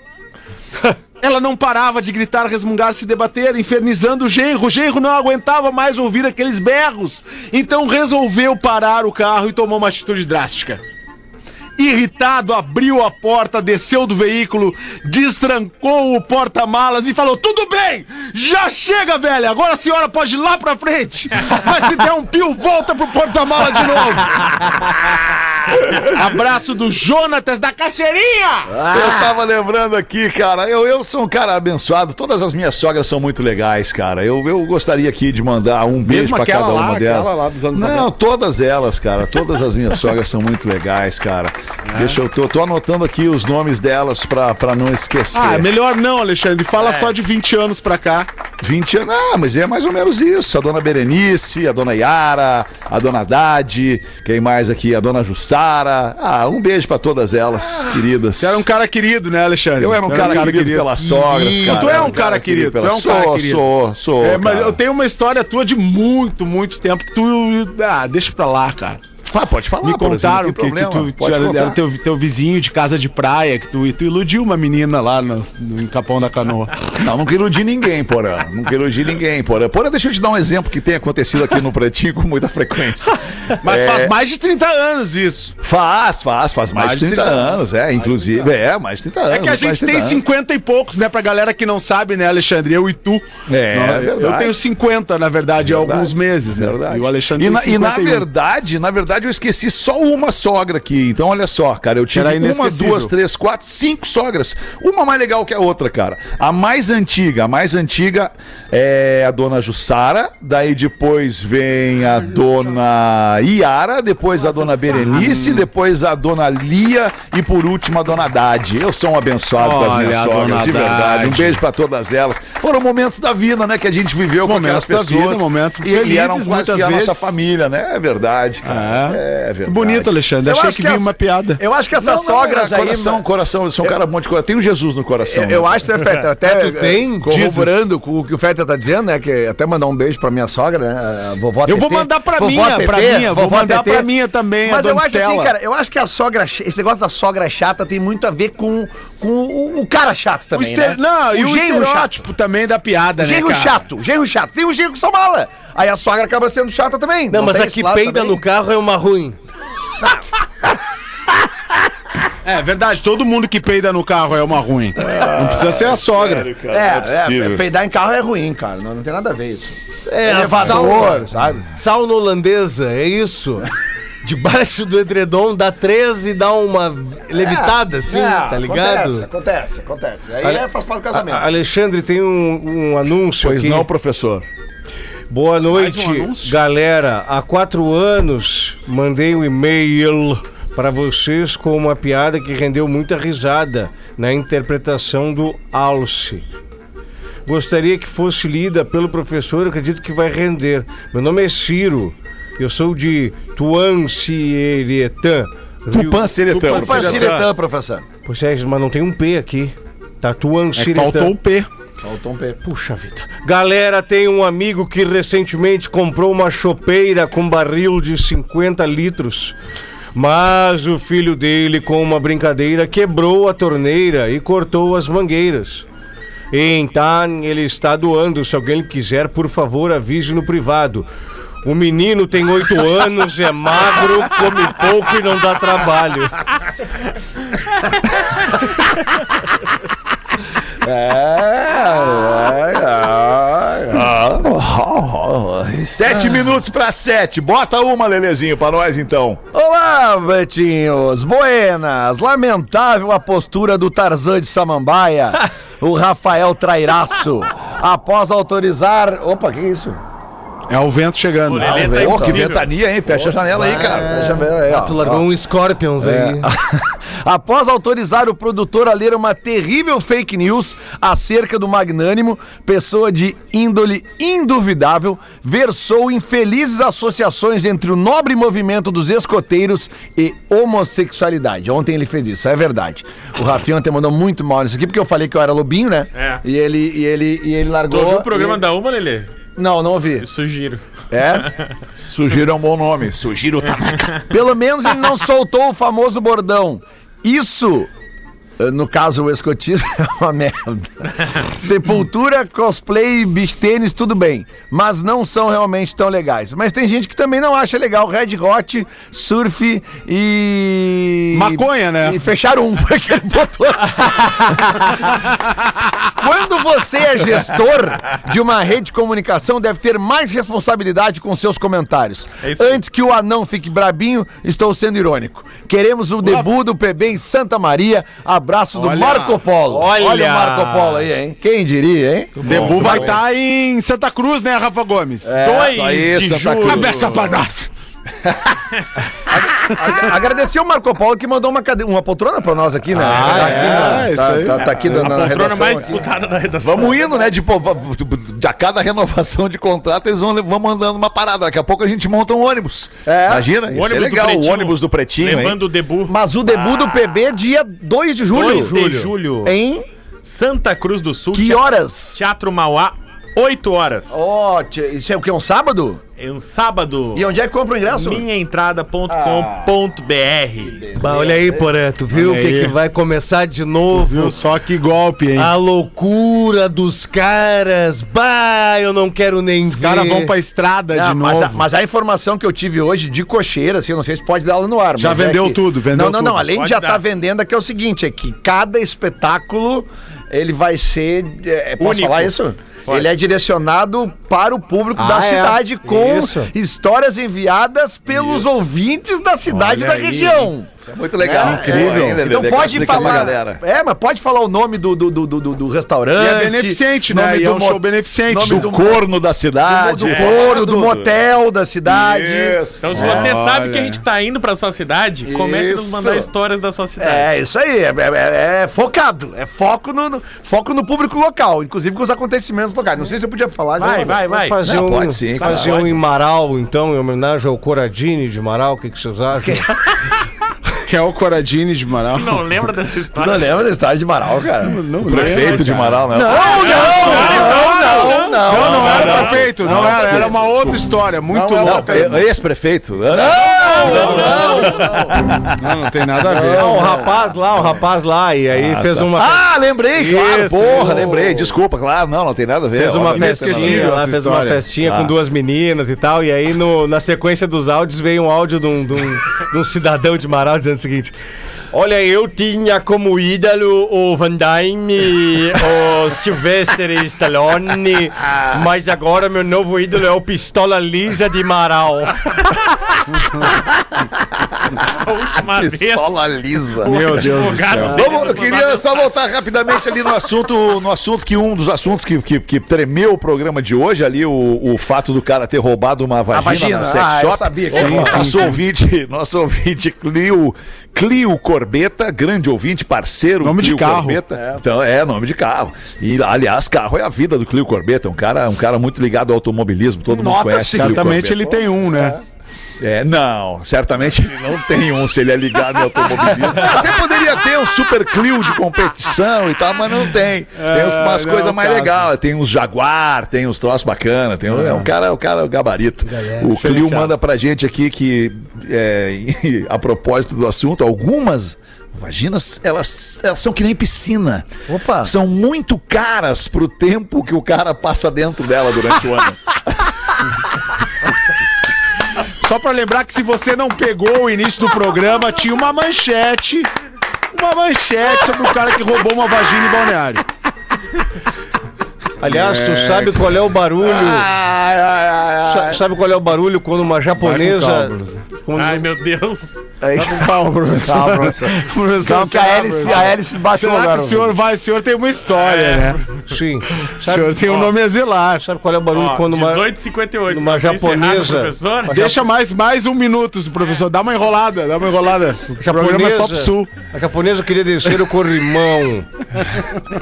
S5: Ela não parava de gritar, resmungar, se debater, infernizando o genro. O genro não aguentava mais ouvir aqueles berros. Então resolveu parar o carro e tomou uma atitude drástica. Irritado, abriu a porta, desceu do veículo, destrancou o porta-malas e falou: Tudo bem, já chega, velha, agora a senhora pode ir lá pra frente. Mas se der um pio, volta pro porta-mala de novo. Abraço do Jonatas da Caixeirinha.
S4: Eu tava lembrando aqui, cara. Eu, eu sou um cara abençoado. Todas as minhas sogras são muito legais, cara. Eu, eu gostaria aqui de mandar um beijo pra cada uma delas. Não, todas elas, cara. Todas as minhas sogras são muito legais, cara.
S5: É.
S4: Deixa eu. Tô, tô anotando aqui os nomes delas pra, pra não esquecer.
S8: É.
S5: Ah, melhor não, Alexandre, fala só de 20 anos pra cá.
S4: 20 anos. Ah, mas é mais ou menos isso. A dona Berenice, a dona Yara, a dona Dade, quem mais aqui? A dona Jussara. Ah, um beijo pra todas elas, queridas.
S5: Você era um cara querido, né, Alexandre?
S4: Eu era um
S5: Você
S4: cara, querido, pelas sogras,
S5: Ih,
S4: cara.
S5: tu é
S4: Era
S5: um cara querido, tu é um
S4: pelas-
S5: cara
S4: sou,
S5: querido.
S4: Sou, sou,
S5: É, mas
S4: cara.
S5: eu tenho uma história tua de muito, muito tempo que tu. Ah, deixa pra lá, cara.
S4: Ah, pode falar,
S5: Me
S4: por exemplo,
S5: contaram
S4: não tem
S5: que, que tu,
S4: problema,
S5: tu
S4: pode
S5: era,
S4: contar.
S5: era teu, teu vizinho de casa de praia, que tu, tu iludiu uma menina lá no, no em Capão da Canoa.
S4: Não, nunca iludi ninguém, Porã. Nunca iludi ninguém, Porã. Porã, deixa eu te dar um exemplo que tem acontecido aqui no Pretinho com muita frequência.
S5: Mas
S4: É,
S5: faz mais de 30 anos isso.
S4: Faz, faz, faz mais, de 30, anos, é, inclusive, é, mais de 30 anos.
S5: É que a
S4: mais de
S5: gente
S4: 30
S5: tem
S4: anos.
S5: 50 e poucos, né? Pra galera que não sabe, né, Alexandre? Eu e tu.
S4: É,
S5: Não,
S4: é verdade.
S5: eu tenho 50, na verdade, há alguns meses, né?
S4: Verdade.
S5: E um. o Alexandre
S4: E na,
S5: tem
S4: e na
S5: 51.
S4: verdade, na verdade, eu esqueci só uma sogra aqui. Então, olha só, cara, eu tive
S5: Era
S4: uma,
S5: inesquecível.
S4: duas, três, quatro, cinco sogras. Uma mais legal que a outra, cara. A mais antiga, a mais antiga é a dona Jussara, daí depois vem a dona Iara, depois a dona
S5: Hum.
S4: Berenice, depois a dona Lia e por último a dona Dade. Eu sou um abençoado com as
S5: Olha,
S4: minhas
S5: a
S4: sogras,
S5: dona
S4: de verdade. Um
S5: Dade.
S4: beijo pra todas elas. Foram momentos da vida, né, que a gente viveu com
S5: Momentos
S4: aquelas
S5: da vida,
S4: pessoas.
S5: momentos
S4: e, e eram
S5: felizes,
S4: quase que
S5: muitas
S4: a nossa
S5: vezes.
S4: família, né? É verdade, cara. É, verdade.
S5: Bonito, Alexandre.
S6: Eu
S5: Achei
S6: acho
S5: que
S6: que
S5: vinha
S6: as-
S5: uma piada.
S6: Eu acho que
S4: Não,
S6: essas
S4: não,
S6: sogras
S4: não, é
S6: aí.
S4: Então, coração, coração, eu sou um cara muito de coração. Tem um Jesus no coração.
S6: Eu,
S4: né?
S6: eu acho, né, Feta, até
S4: é
S7: tem?
S6: corroborando com o que o Feta tá dizendo, né, que até mandar um beijo pra minha sogra, né, a vovó
S5: Eu vou mandar pra minha, pra minha, vou mandar pra minha também, a
S6: Mas eu
S5: dona
S6: acho assim,
S5: Estela.
S6: cara, eu acho que a sogra, ch- esse negócio da sogra chata tem muito a ver com, com o, o cara chato
S5: O
S6: também,
S5: este-
S6: né?
S5: Não, e o
S6: genro chato.
S5: estereótipo também da piada, né,
S6: Genro
S5: cara?
S6: chato, genro chato. Tem o genro que só mala. Aí a sogra acaba sendo chata também.
S4: é
S7: Não, mas
S6: tem
S7: a
S6: esse
S7: que
S6: lado
S7: peida
S6: também?
S7: no carro é uma ruim.
S5: É verdade, todo mundo que peida no carro é uma ruim. Não precisa ser a sogra.
S6: É, é, peidar em carro é ruim, cara. Não, não tem nada a ver isso.
S7: É,
S6: Elevador, sabe?
S7: Sauna holandesa, é isso? Debaixo do edredom dá 13 e dá uma levitada, assim,
S6: É,
S7: tá ligado?
S6: Acontece, acontece, acontece. Aí
S7: Ale-
S6: é, faz parte do
S7: A-
S6: casamento.
S7: a- Alexandre, tem um, um anúncio
S4: Pois
S7: aqui.
S4: não, professor.
S11: Boa noite, galera. Há quatro anos mandei um e-mail para vocês com uma piada que rendeu muita risada na interpretação do Alce. Gostaria que fosse lida pelo professor, acredito que vai render. Meu nome é Ciro, eu sou de Tuancieretã. Rio...
S4: Tupan
S8: então,
S4: Seretão.
S6: Mas faz diretã, professor.
S11: Pois é, mas não tem um P aqui. Tá
S5: É,
S11: Tuancieretã.
S5: faltou o P.
S6: Faltou um P.
S11: Puxa vida. Galera, tem um amigo que recentemente comprou uma chopeira com barril de 50 litros. Mas o filho dele, com uma brincadeira, quebrou a torneira e cortou as mangueiras. Então, ele está doando. Se alguém quiser, por favor, avise no privado. O menino tem oito anos, é magro, come pouco e não dá trabalho.
S6: É,
S4: Ah, ah, ah, ah. Sete minutos pra sete. Bota uma, Lelezinho, pra nós então.
S6: Olá, Betinhos! Buenas! Lamentável a postura do Tarzan de Samambaia, o Rafael Trairaço, após autorizar. Opa, que isso?
S5: É o vento chegando.
S8: Ele é
S4: Ô, que
S8: impossível.
S4: ventania, hein? Fecha a janela aí, cara.
S6: Deixa eu ver aí, ó. É.
S7: Tu largou um Scorpions aí.
S6: Após autorizar o produtor a ler uma terrível fake news acerca do magnânimo, pessoa de índole induvidável, versou infelizes associações entre o nobre movimento dos escoteiros e homossexualidade. Ontem ele fez isso, é verdade. O Rafinha ontem mandou muito mal nisso aqui, porque eu falei que eu era lobinho, né?
S8: É.
S6: E ele, e ele, e ele
S8: Tu
S6: largou.
S8: ouviu o programa
S6: e...
S8: da Uma, Lelê?
S6: Não, não ouvi.
S8: Eu sugiro.
S5: Tá
S6: É?
S4: Sugiro é um bom nome. Sugiro tá na cara.
S6: Pelo menos ele não soltou o famoso bordão. Isso, eh, no caso o escotismo, é uma merda. Sepultura, cosplay, beach tênis, tudo bem. Mas não são realmente tão legais. Mas tem gente que também não acha legal Red Hot, surf e.
S5: Maconha, né?
S6: E fechar um, foi que ele botou. Quando você é gestor de uma rede de comunicação, deve ter mais responsabilidade com seus comentários.
S8: É isso aí.
S6: Antes que o anão fique brabinho, estou sendo irônico. Queremos o debut do PB em Santa Maria. Abraço do
S5: Olha.
S6: Marco Polo.
S8: Olha.
S6: o Marco Polo aí, hein? Quem diria, hein?
S5: Debu vai estar em Santa Cruz, né, Rafa Gomes?
S8: Dois
S4: É, tá aí,
S8: de
S4: Santa
S8: julho.
S4: Cruz.
S5: Cabeça pra nós.
S6: Ag- Agradecer o Marco Polo que mandou uma, cade... uma poltrona pra nós aqui, né? tá, aqui
S5: é, isso
S6: na...
S5: aí.
S6: tá, tá, tá aqui na, na
S8: A poltrona
S6: redação.
S8: mais
S6: aqui.
S8: disputada da redação.
S4: Vamos indo, né? De, pô, va- de a cada renovação de contrato, eles vão, le- vão mandando uma parada. Daqui a pouco a gente monta um ônibus.
S6: É.
S4: Imagina,
S8: ônibus
S4: isso é
S8: do
S4: legal. O
S8: Pretinho.
S4: ônibus do Pretinho, hein?
S8: Levando o debut.
S6: Mas o debut do PB dia 2 de julho.
S8: 2 de julho.
S6: Em
S8: Santa Cruz do Sul.
S6: que
S8: Teatro-
S6: horas?
S8: Teatro Mauá, 8 horas.
S6: Ó, tia, isso é o quê? Um sábado?
S8: É um sábado.
S6: E onde é que compra o ingresso?
S5: Ah.
S8: Minhaentrada.com.br.
S7: Bah, olha aí, Porã, tu viu o
S5: Olha
S7: que,
S5: aí.
S7: que vai começar de novo?
S5: Viu só que golpe, hein?
S7: A loucura dos caras. Bah, eu não quero nem
S5: Os
S7: ver.
S5: caras vão pra estrada
S6: Ah,
S5: de
S6: mas, a,
S5: novo.
S6: mas a informação que eu tive hoje de cocheira, assim, eu não sei se pode dar ela no ar.
S5: Já
S6: mas é
S5: vendeu
S6: que-
S5: tudo, vendeu
S6: Não, não, não.
S5: tudo.
S6: Além
S8: Pode
S6: de já
S8: dar.
S6: estar vendendo, é que é o seguinte: é que cada espetáculo ele vai ser. É, posso
S8: Único.
S6: falar isso? Ele é direcionado para o público da
S11: Ah, é.
S6: cidade, com
S11: Isso.
S6: histórias enviadas pelos ouvintes da cidade e da região.
S4: Isso é muito legal. incrível.
S6: É, então pode falar. É, mas pode falar o nome do, do, do, do, do- do restaurante.
S5: E é beneficente, né?
S6: nome
S5: E é
S6: do
S5: um
S6: mo-
S5: show beneficente.
S6: nome
S5: Do
S6: do
S4: Corno da
S6: do,
S4: cidade.
S6: do couro, do motel da cidade.
S4: Ah, Isso.
S8: Então, se você sabe que a gente tá indo pra sua cidade, comece a nos
S6: Isso.
S8: mandar histórias da sua cidade.
S6: É, isso aí, é, é- é- é focado, é foco no, no- foco no público local, inclusive com os acontecimentos locais. Não sei se eu podia falar. já
S8: Vai,
S6: não.
S8: vai, vai.
S11: Fazer
S4: Não,
S11: um,
S4: pode sim, cara,
S11: fazer um em Marau, então, em homenagem ao Coradini de Marau, o que, que vocês acham?
S5: Que é o Coradini de Manaus.
S8: Não lembra dessa
S6: Não
S8: história?
S6: lembra da história de Marau, cara? Não,
S5: Não,
S4: Prefeito de Marau, né?
S6: não, não, não, não,
S5: Não, não era
S4: não.
S5: prefeito, não,
S4: Não,
S5: era. Era
S4: desculpa,
S5: uma outra história, muito
S6: Não, é
S5: louca.
S4: Não, Ex-prefeito.
S5: Não, não tem nada a ver.
S11: Não, Ah, o rapaz lá, o rapaz lá, e aí fez uma.
S4: Ah, lembrei, claro,
S11: Isso,
S4: porra,
S11: isso.
S4: lembrei. Desculpa, claro, não, não tem nada a ver.
S11: Fez uma
S4: Obviamente,
S5: inesquecível
S11: festinha, lá
S5: essa
S11: fez uma
S5: história.
S11: festinha
S4: Ah.
S11: com duas meninas e tal, e aí no- na sequência dos áudios veio um áudio de um, de um- de um cidadão de Marau dizendo o seguinte: Olha, eu tinha como ídolo o Van Damme, o Sylvester Stallone, mas agora meu novo ídolo é o Pistola Lisa de Amaral.
S8: A última vez.
S4: Pistola lisa.
S5: Meu Deus do céu.
S4: Vamos, eu queria só voltar rapidamente ali no assunto, no assunto que um dos assuntos que, que, que tremeu o programa de hoje, ali, o, o fato do cara ter roubado uma vagina,
S6: vagina,
S4: na sex
S6: ah, eu
S4: shop.
S6: sabia que
S4: Sim,
S6: você ia falar.
S4: nosso, ouvinte, nosso ouvinte Clio, Clio Corbeta, grande ouvinte, parceiro
S5: Nome de
S4: Clio
S5: carro.
S4: Corbetta. Então, é nome de carro. E, aliás, carro é a vida do Clio Corbeta, um cara, um cara muito ligado ao automobilismo, todo mundo conhece. Clio
S5: Certamente
S4: Corbetta.
S5: ele tem um, né?
S4: É, não, certamente ele não tem um se ele é ligado em automobilismo. Até poderia ter um Super Clio de competição e tal, mas não tem. Tem uns- umas
S5: não,
S4: coisas mais
S5: caso.
S4: legais. Tem uns Jaguar, tem uns troços bacanas. Tem, um- é um cara, o cara é o gabarito. o Clio manda pra gente aqui que, é, a propósito do assunto, algumas vaginas, elas, elas são que nem piscina.
S6: Opa.
S4: São muito caras pro tempo que o cara passa dentro dela durante o ano.
S5: Só pra lembrar que se você não pegou o início do programa, tinha uma manchete. Uma manchete sobre o cara que roubou uma vagina em balneário.
S11: Aliás, tu sabe qual é o barulho? Sa- Sabe qual é o barulho quando uma japonesa. quando-
S8: Ai, meu Deus.
S5: Calma, professor. Calma, professor.
S6: Calma que
S5: calma,
S6: a hélice, a hélice bate no
S5: Será
S6: lugar.
S5: que o senhor vai? O senhor tem uma história, né?
S11: Sim.
S5: O senhor tem um nome a zelar.
S11: Sabe qual é o barulho
S8: Ó,
S11: quando uma.
S8: 18,58.
S11: numa
S8: Nós vamos encerrar com o
S11: japonesa.
S8: professor?
S5: Deixa mais, mais um minuto, professor. Dá uma enrolada, dá uma enrolada. O programa é
S11: Japonesa,
S5: só pro sul.
S11: a japonesa queria descer o corrimão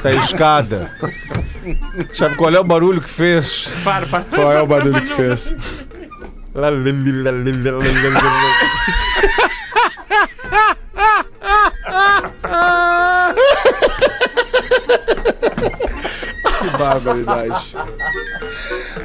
S11: da escada. Sabe qual é o barulho que fez?
S8: Para, para.
S5: Qual é o barulho que fez? Que barbaridade.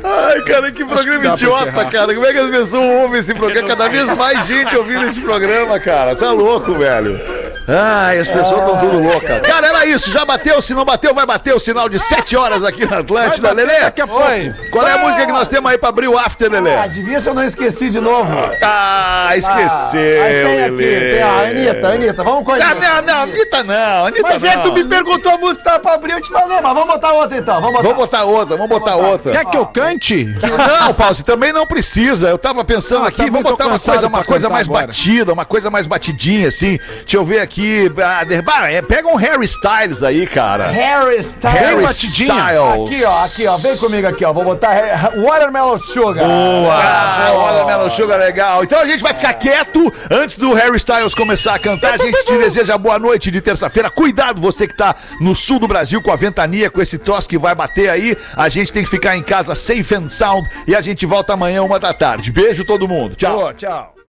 S4: Ai, cara, que programa
S5: dá pra
S4: idiota,
S5: encerrar.
S4: cara. Como é que as pessoas ouvem esse programa? Cada vez mais gente ouvindo esse programa, cara. Tá louco, velho. Ai, as pessoas estão tudo loucas. Cara, era isso. Já bateu? Se não bateu, vai bater o sinal de 7 horas aqui na Atlântida, Lelê. Daqui a pouco. Qual é a música que nós temos aí pra abrir o after,
S6: Ah,
S4: Lelê?
S6: devia se eu não esqueci de novo.
S4: Ah, esqueceu,
S6: Mas tem aqui,
S4: Lelê.
S6: tem a Anitta, Anitta, vamos com a
S4: Ah, não,
S6: Anitta.
S4: não, Anitta não, Anitta
S6: Mas é que tu
S4: não.
S6: me perguntou a música que tava pra abrir, eu te falei, mas vamos botar outra então, vamos botar. Ah,
S4: Vamos botar outra, vamos botar outra.
S5: Quer que eu cante?
S4: Não, Paulo, você também não precisa. Eu tava pensando
S5: Ah,
S4: aqui,
S5: também
S4: vamos
S5: tô
S4: botar uma
S5: cansado
S4: coisa, uma
S5: pra
S4: coisa
S5: cantar
S4: mais
S5: agora.
S4: batida, uma coisa mais batidinha, assim. Deixa eu ver aqui. Ah, de- bah, é, pega um Harry Styles aí, cara.
S6: Harry Styles.
S4: Harry
S5: batidinha.
S4: Styles.
S6: Aqui, ó, aqui, ó, vem comigo aqui, ó, vou botar Harry- Watermelon Sugar.
S4: Ah, olha, Melo Sugar, legal. Então a gente vai ficar quieto antes do Harry Styles começar a cantar. A gente te deseja boa noite de terça-feira. Cuidado, você que tá no sul do Brasil com a ventania, com esse troço que vai bater aí. A gente tem que ficar em casa safe and sound e a gente volta amanhã, uma da tarde. Beijo todo mundo. Tchau.
S6: Boa, tchau.